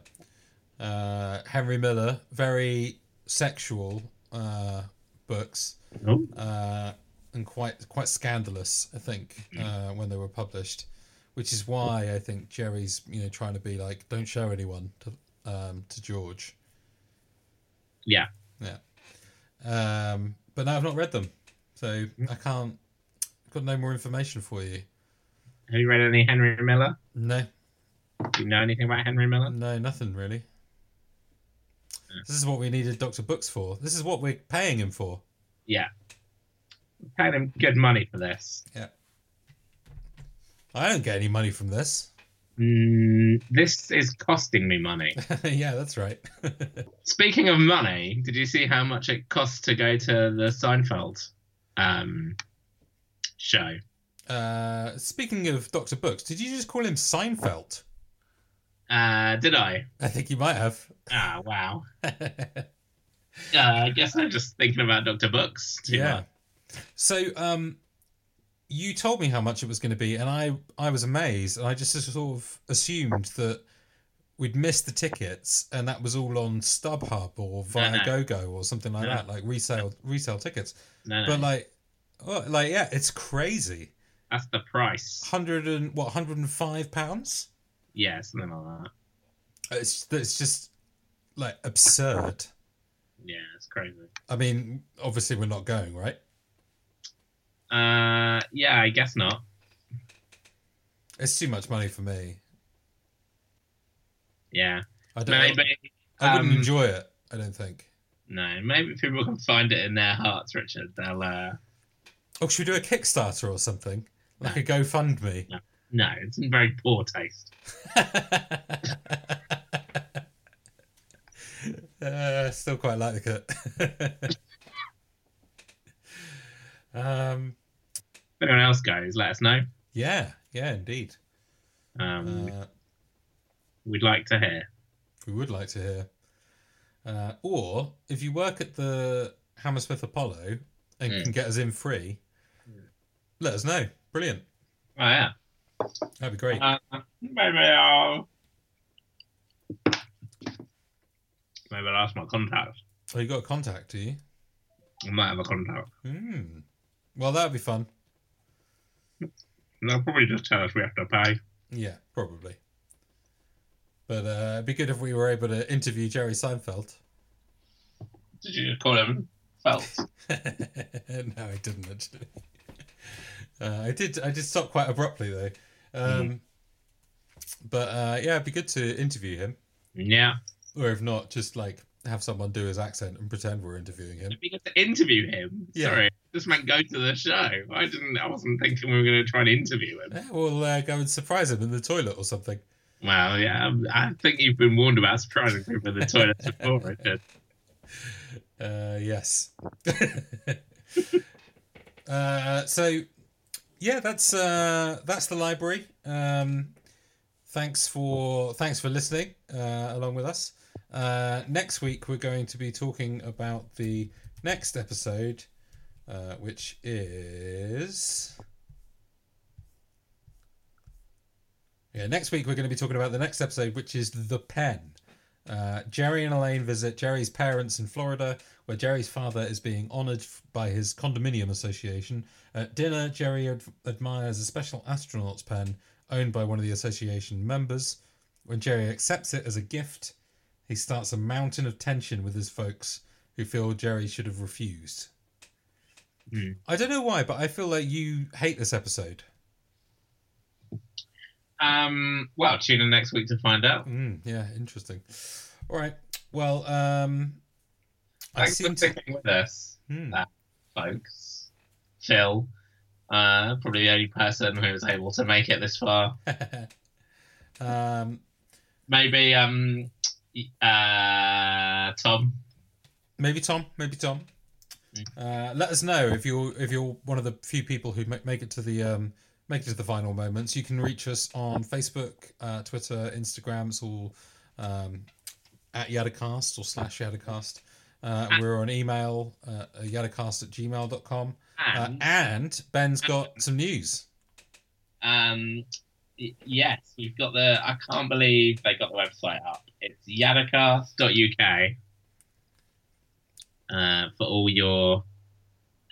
[SPEAKER 2] Uh, Henry Miller, very sexual uh, books.
[SPEAKER 1] Oh,
[SPEAKER 2] uh, and quite quite scandalous, I think, uh, when they were published, which is why I think Jerry's you know trying to be like, don't show anyone to um, to George.
[SPEAKER 1] yeah,
[SPEAKER 2] Yeah. Um, but no, I've not read them, so I can't. Got no more information for you.
[SPEAKER 1] have you read any Henry Miller?
[SPEAKER 2] No,
[SPEAKER 1] Do you know anything about Henry Miller?
[SPEAKER 2] no, nothing really. This is what we needed Doctor Books for. This is what we're paying him for.
[SPEAKER 1] Yeah, paying him good money for this.
[SPEAKER 2] Yeah. I don't get any money from this.
[SPEAKER 1] Mm, this is costing me money.
[SPEAKER 2] yeah, that's right.
[SPEAKER 1] Speaking of money, did you see how much it costs to go to the Seinfeld um, show?
[SPEAKER 2] Uh, speaking of Doctor Books, did you just call him Seinfeld?
[SPEAKER 1] Uh, did I?
[SPEAKER 2] I think you might have.
[SPEAKER 1] Ah, wow. uh, I guess I'm just thinking about Dr. Books. Too Much.
[SPEAKER 2] So, um, you told me how much it was going to be, and I I was amazed, and I just sort of assumed that we'd missed the tickets, and that was all on StubHub or via
[SPEAKER 1] no.
[SPEAKER 2] GoGo or something like
[SPEAKER 1] No.
[SPEAKER 2] that, like resale resale tickets.
[SPEAKER 1] No, no,
[SPEAKER 2] But like, oh, like yeah, it's crazy.
[SPEAKER 1] that's the price.
[SPEAKER 2] Hundred and what? Hundred and five pounds.
[SPEAKER 1] Yeah, something like that.
[SPEAKER 2] It's it's just like absurd.
[SPEAKER 1] Yeah, it's crazy.
[SPEAKER 2] I mean, obviously we're not going, right?
[SPEAKER 1] Uh, yeah, I guess not.
[SPEAKER 2] It's too much money for me.
[SPEAKER 1] Yeah,
[SPEAKER 2] I don't.
[SPEAKER 1] maybe.
[SPEAKER 2] I wouldn't
[SPEAKER 1] um,
[SPEAKER 2] enjoy it. I don't think.
[SPEAKER 1] No, maybe if people can find it in their hearts, Richard. They'll. Uh,
[SPEAKER 2] Oh, should we do a Kickstarter or something like a GoFundMe?
[SPEAKER 1] no, it's in very poor taste.
[SPEAKER 2] Uh, still quite like the cut. um,
[SPEAKER 1] If anyone else goes, let us know.
[SPEAKER 2] yeah, yeah, indeed.
[SPEAKER 1] Um,
[SPEAKER 2] Uh,
[SPEAKER 1] we'd like to hear.
[SPEAKER 2] we would like to hear. Uh, or if you work at the Hammersmith Apollo and
[SPEAKER 1] Mm.
[SPEAKER 2] can get us in free, let us know. Brilliant.
[SPEAKER 1] Oh yeah.
[SPEAKER 2] That'd be great.
[SPEAKER 1] Uh, maybe I'll. Maybe I'll ask my contact.
[SPEAKER 2] oh, you got a contact, do you?
[SPEAKER 1] I might have a contact.
[SPEAKER 2] Hmm. Well, that'd be fun.
[SPEAKER 1] And they'll probably just tell us we have to pay.
[SPEAKER 2] Yeah, probably. But uh, it'd be good if we were able to interview Jerry Seinfeld.
[SPEAKER 1] Did you just call him Felt?
[SPEAKER 2] no, I didn't actually. Uh, I did. I did stop quite abruptly though. Um, But uh, yeah, it'd be good to interview him,
[SPEAKER 1] yeah.
[SPEAKER 2] or if not, just like have someone do his accent and pretend we're interviewing him.
[SPEAKER 1] It'd be good to interview him.
[SPEAKER 2] Yeah.
[SPEAKER 1] Sorry. This meant go to the show. I didn't. I wasn't thinking we were going to try and interview him.
[SPEAKER 2] Yeah, we'll uh, go and surprise him in the toilet or something.
[SPEAKER 1] Well, yeah, um, I think you've been warned about surprising people in the toilets before, Richard.
[SPEAKER 2] Uh, yes. uh, so, yeah, that's uh, that's the library. Um, thanks for thanks for listening uh, along with us. Uh, next week we're going to be talking about the next episode, uh, which is. Yeah, next week we're going to be talking about the next episode, which is The Pen. Uh, Jerry and Elaine visit Jerry's parents in Florida, where Jerry's father is being honored f- by his condominium association. At dinner, Jerry ad- admires a special astronaut's pen owned by one of the association members. When Jerry accepts it as a gift, he starts a mountain of tension with his folks, who feel Jerry should have refused.
[SPEAKER 1] Hmm.
[SPEAKER 2] I don't know why, but I feel like you hate this episode.
[SPEAKER 1] Um, well, tune in next week to find out.
[SPEAKER 2] Mm, yeah, interesting. All right. Well, um, I
[SPEAKER 1] Thanks
[SPEAKER 2] seem
[SPEAKER 1] for
[SPEAKER 2] to.
[SPEAKER 1] sticking with us,
[SPEAKER 2] Hmm.
[SPEAKER 1] folks. Phil, uh, probably the only person who was able to make it this far.
[SPEAKER 2] um,
[SPEAKER 1] Maybe um, uh, Tom.
[SPEAKER 2] maybe Tom. Maybe Tom. Uh, let us know if you're if you're one of the few people who ma- make it to the um, make it to the final moments. You can reach us on Facebook, uh, Twitter, Instagram. It's all um, at Yadacast or slash Yadacast. Uh, we're on email uh, yadacast at gmail.com. Uh,
[SPEAKER 1] And
[SPEAKER 2] and Ben's got some news.
[SPEAKER 1] um, y- yes, we've got the. I can't believe they got the website up. It's yadacast.uk uh, for all your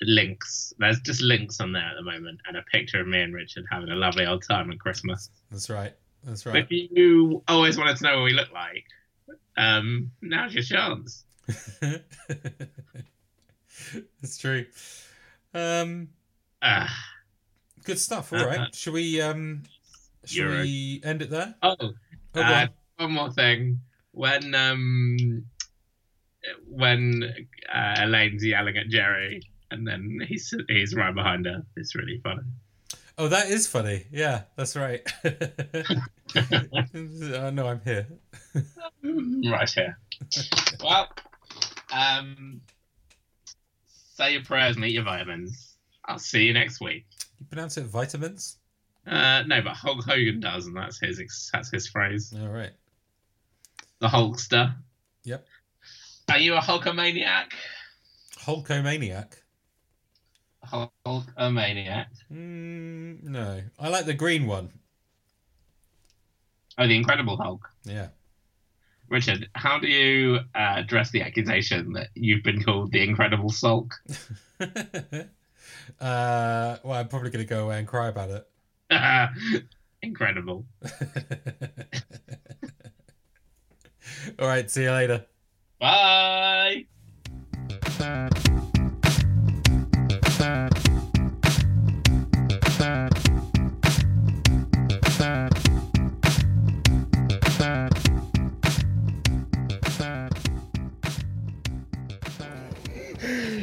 [SPEAKER 1] links. There's just links on there at the moment, and a picture of me and Richard having a lovely old time at Christmas.
[SPEAKER 2] That's right. That's
[SPEAKER 1] But
[SPEAKER 2] right.
[SPEAKER 1] If you always wanted to know what we look like, um, now's your chance.
[SPEAKER 2] That's true. Um,
[SPEAKER 1] Uh,
[SPEAKER 2] good stuff. All right. Should we um, should
[SPEAKER 1] You're
[SPEAKER 2] we end it there?
[SPEAKER 1] oh,
[SPEAKER 2] Oh, go
[SPEAKER 1] uh,
[SPEAKER 2] on.
[SPEAKER 1] one more thing. When um, when uh, Elaine's yelling at Jerry, and then he's he's right behind her. It's really funny.
[SPEAKER 2] oh, that is funny. Yeah, that's right. I know I'm here.
[SPEAKER 1] right here. well, um, say your prayers and eat your vitamins. I'll see you next week.
[SPEAKER 2] You pronounce it vitamins?
[SPEAKER 1] Uh, no, but Hulk Hogan does, and that's his ex- that's his phrase.
[SPEAKER 2] All right.
[SPEAKER 1] The Hulkster.
[SPEAKER 2] Yep.
[SPEAKER 1] Are you a Hulkamaniac?
[SPEAKER 2] Hulkomaniac.
[SPEAKER 1] Hulkamaniac.
[SPEAKER 2] Mm, no, I like the green one.
[SPEAKER 1] Oh, the Incredible Hulk.
[SPEAKER 2] Yeah.
[SPEAKER 1] Richard, how do you uh, address the accusation that you've been called the Incredible Sulk?
[SPEAKER 2] uh, well, I'm probably going to go away and cry about it.
[SPEAKER 1] Incredible.
[SPEAKER 2] All right. See you later.
[SPEAKER 1] Bye.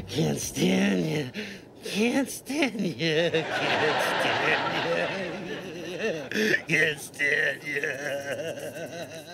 [SPEAKER 7] Can't stand you. Can't stand you. Can't stand you. Can't stand you.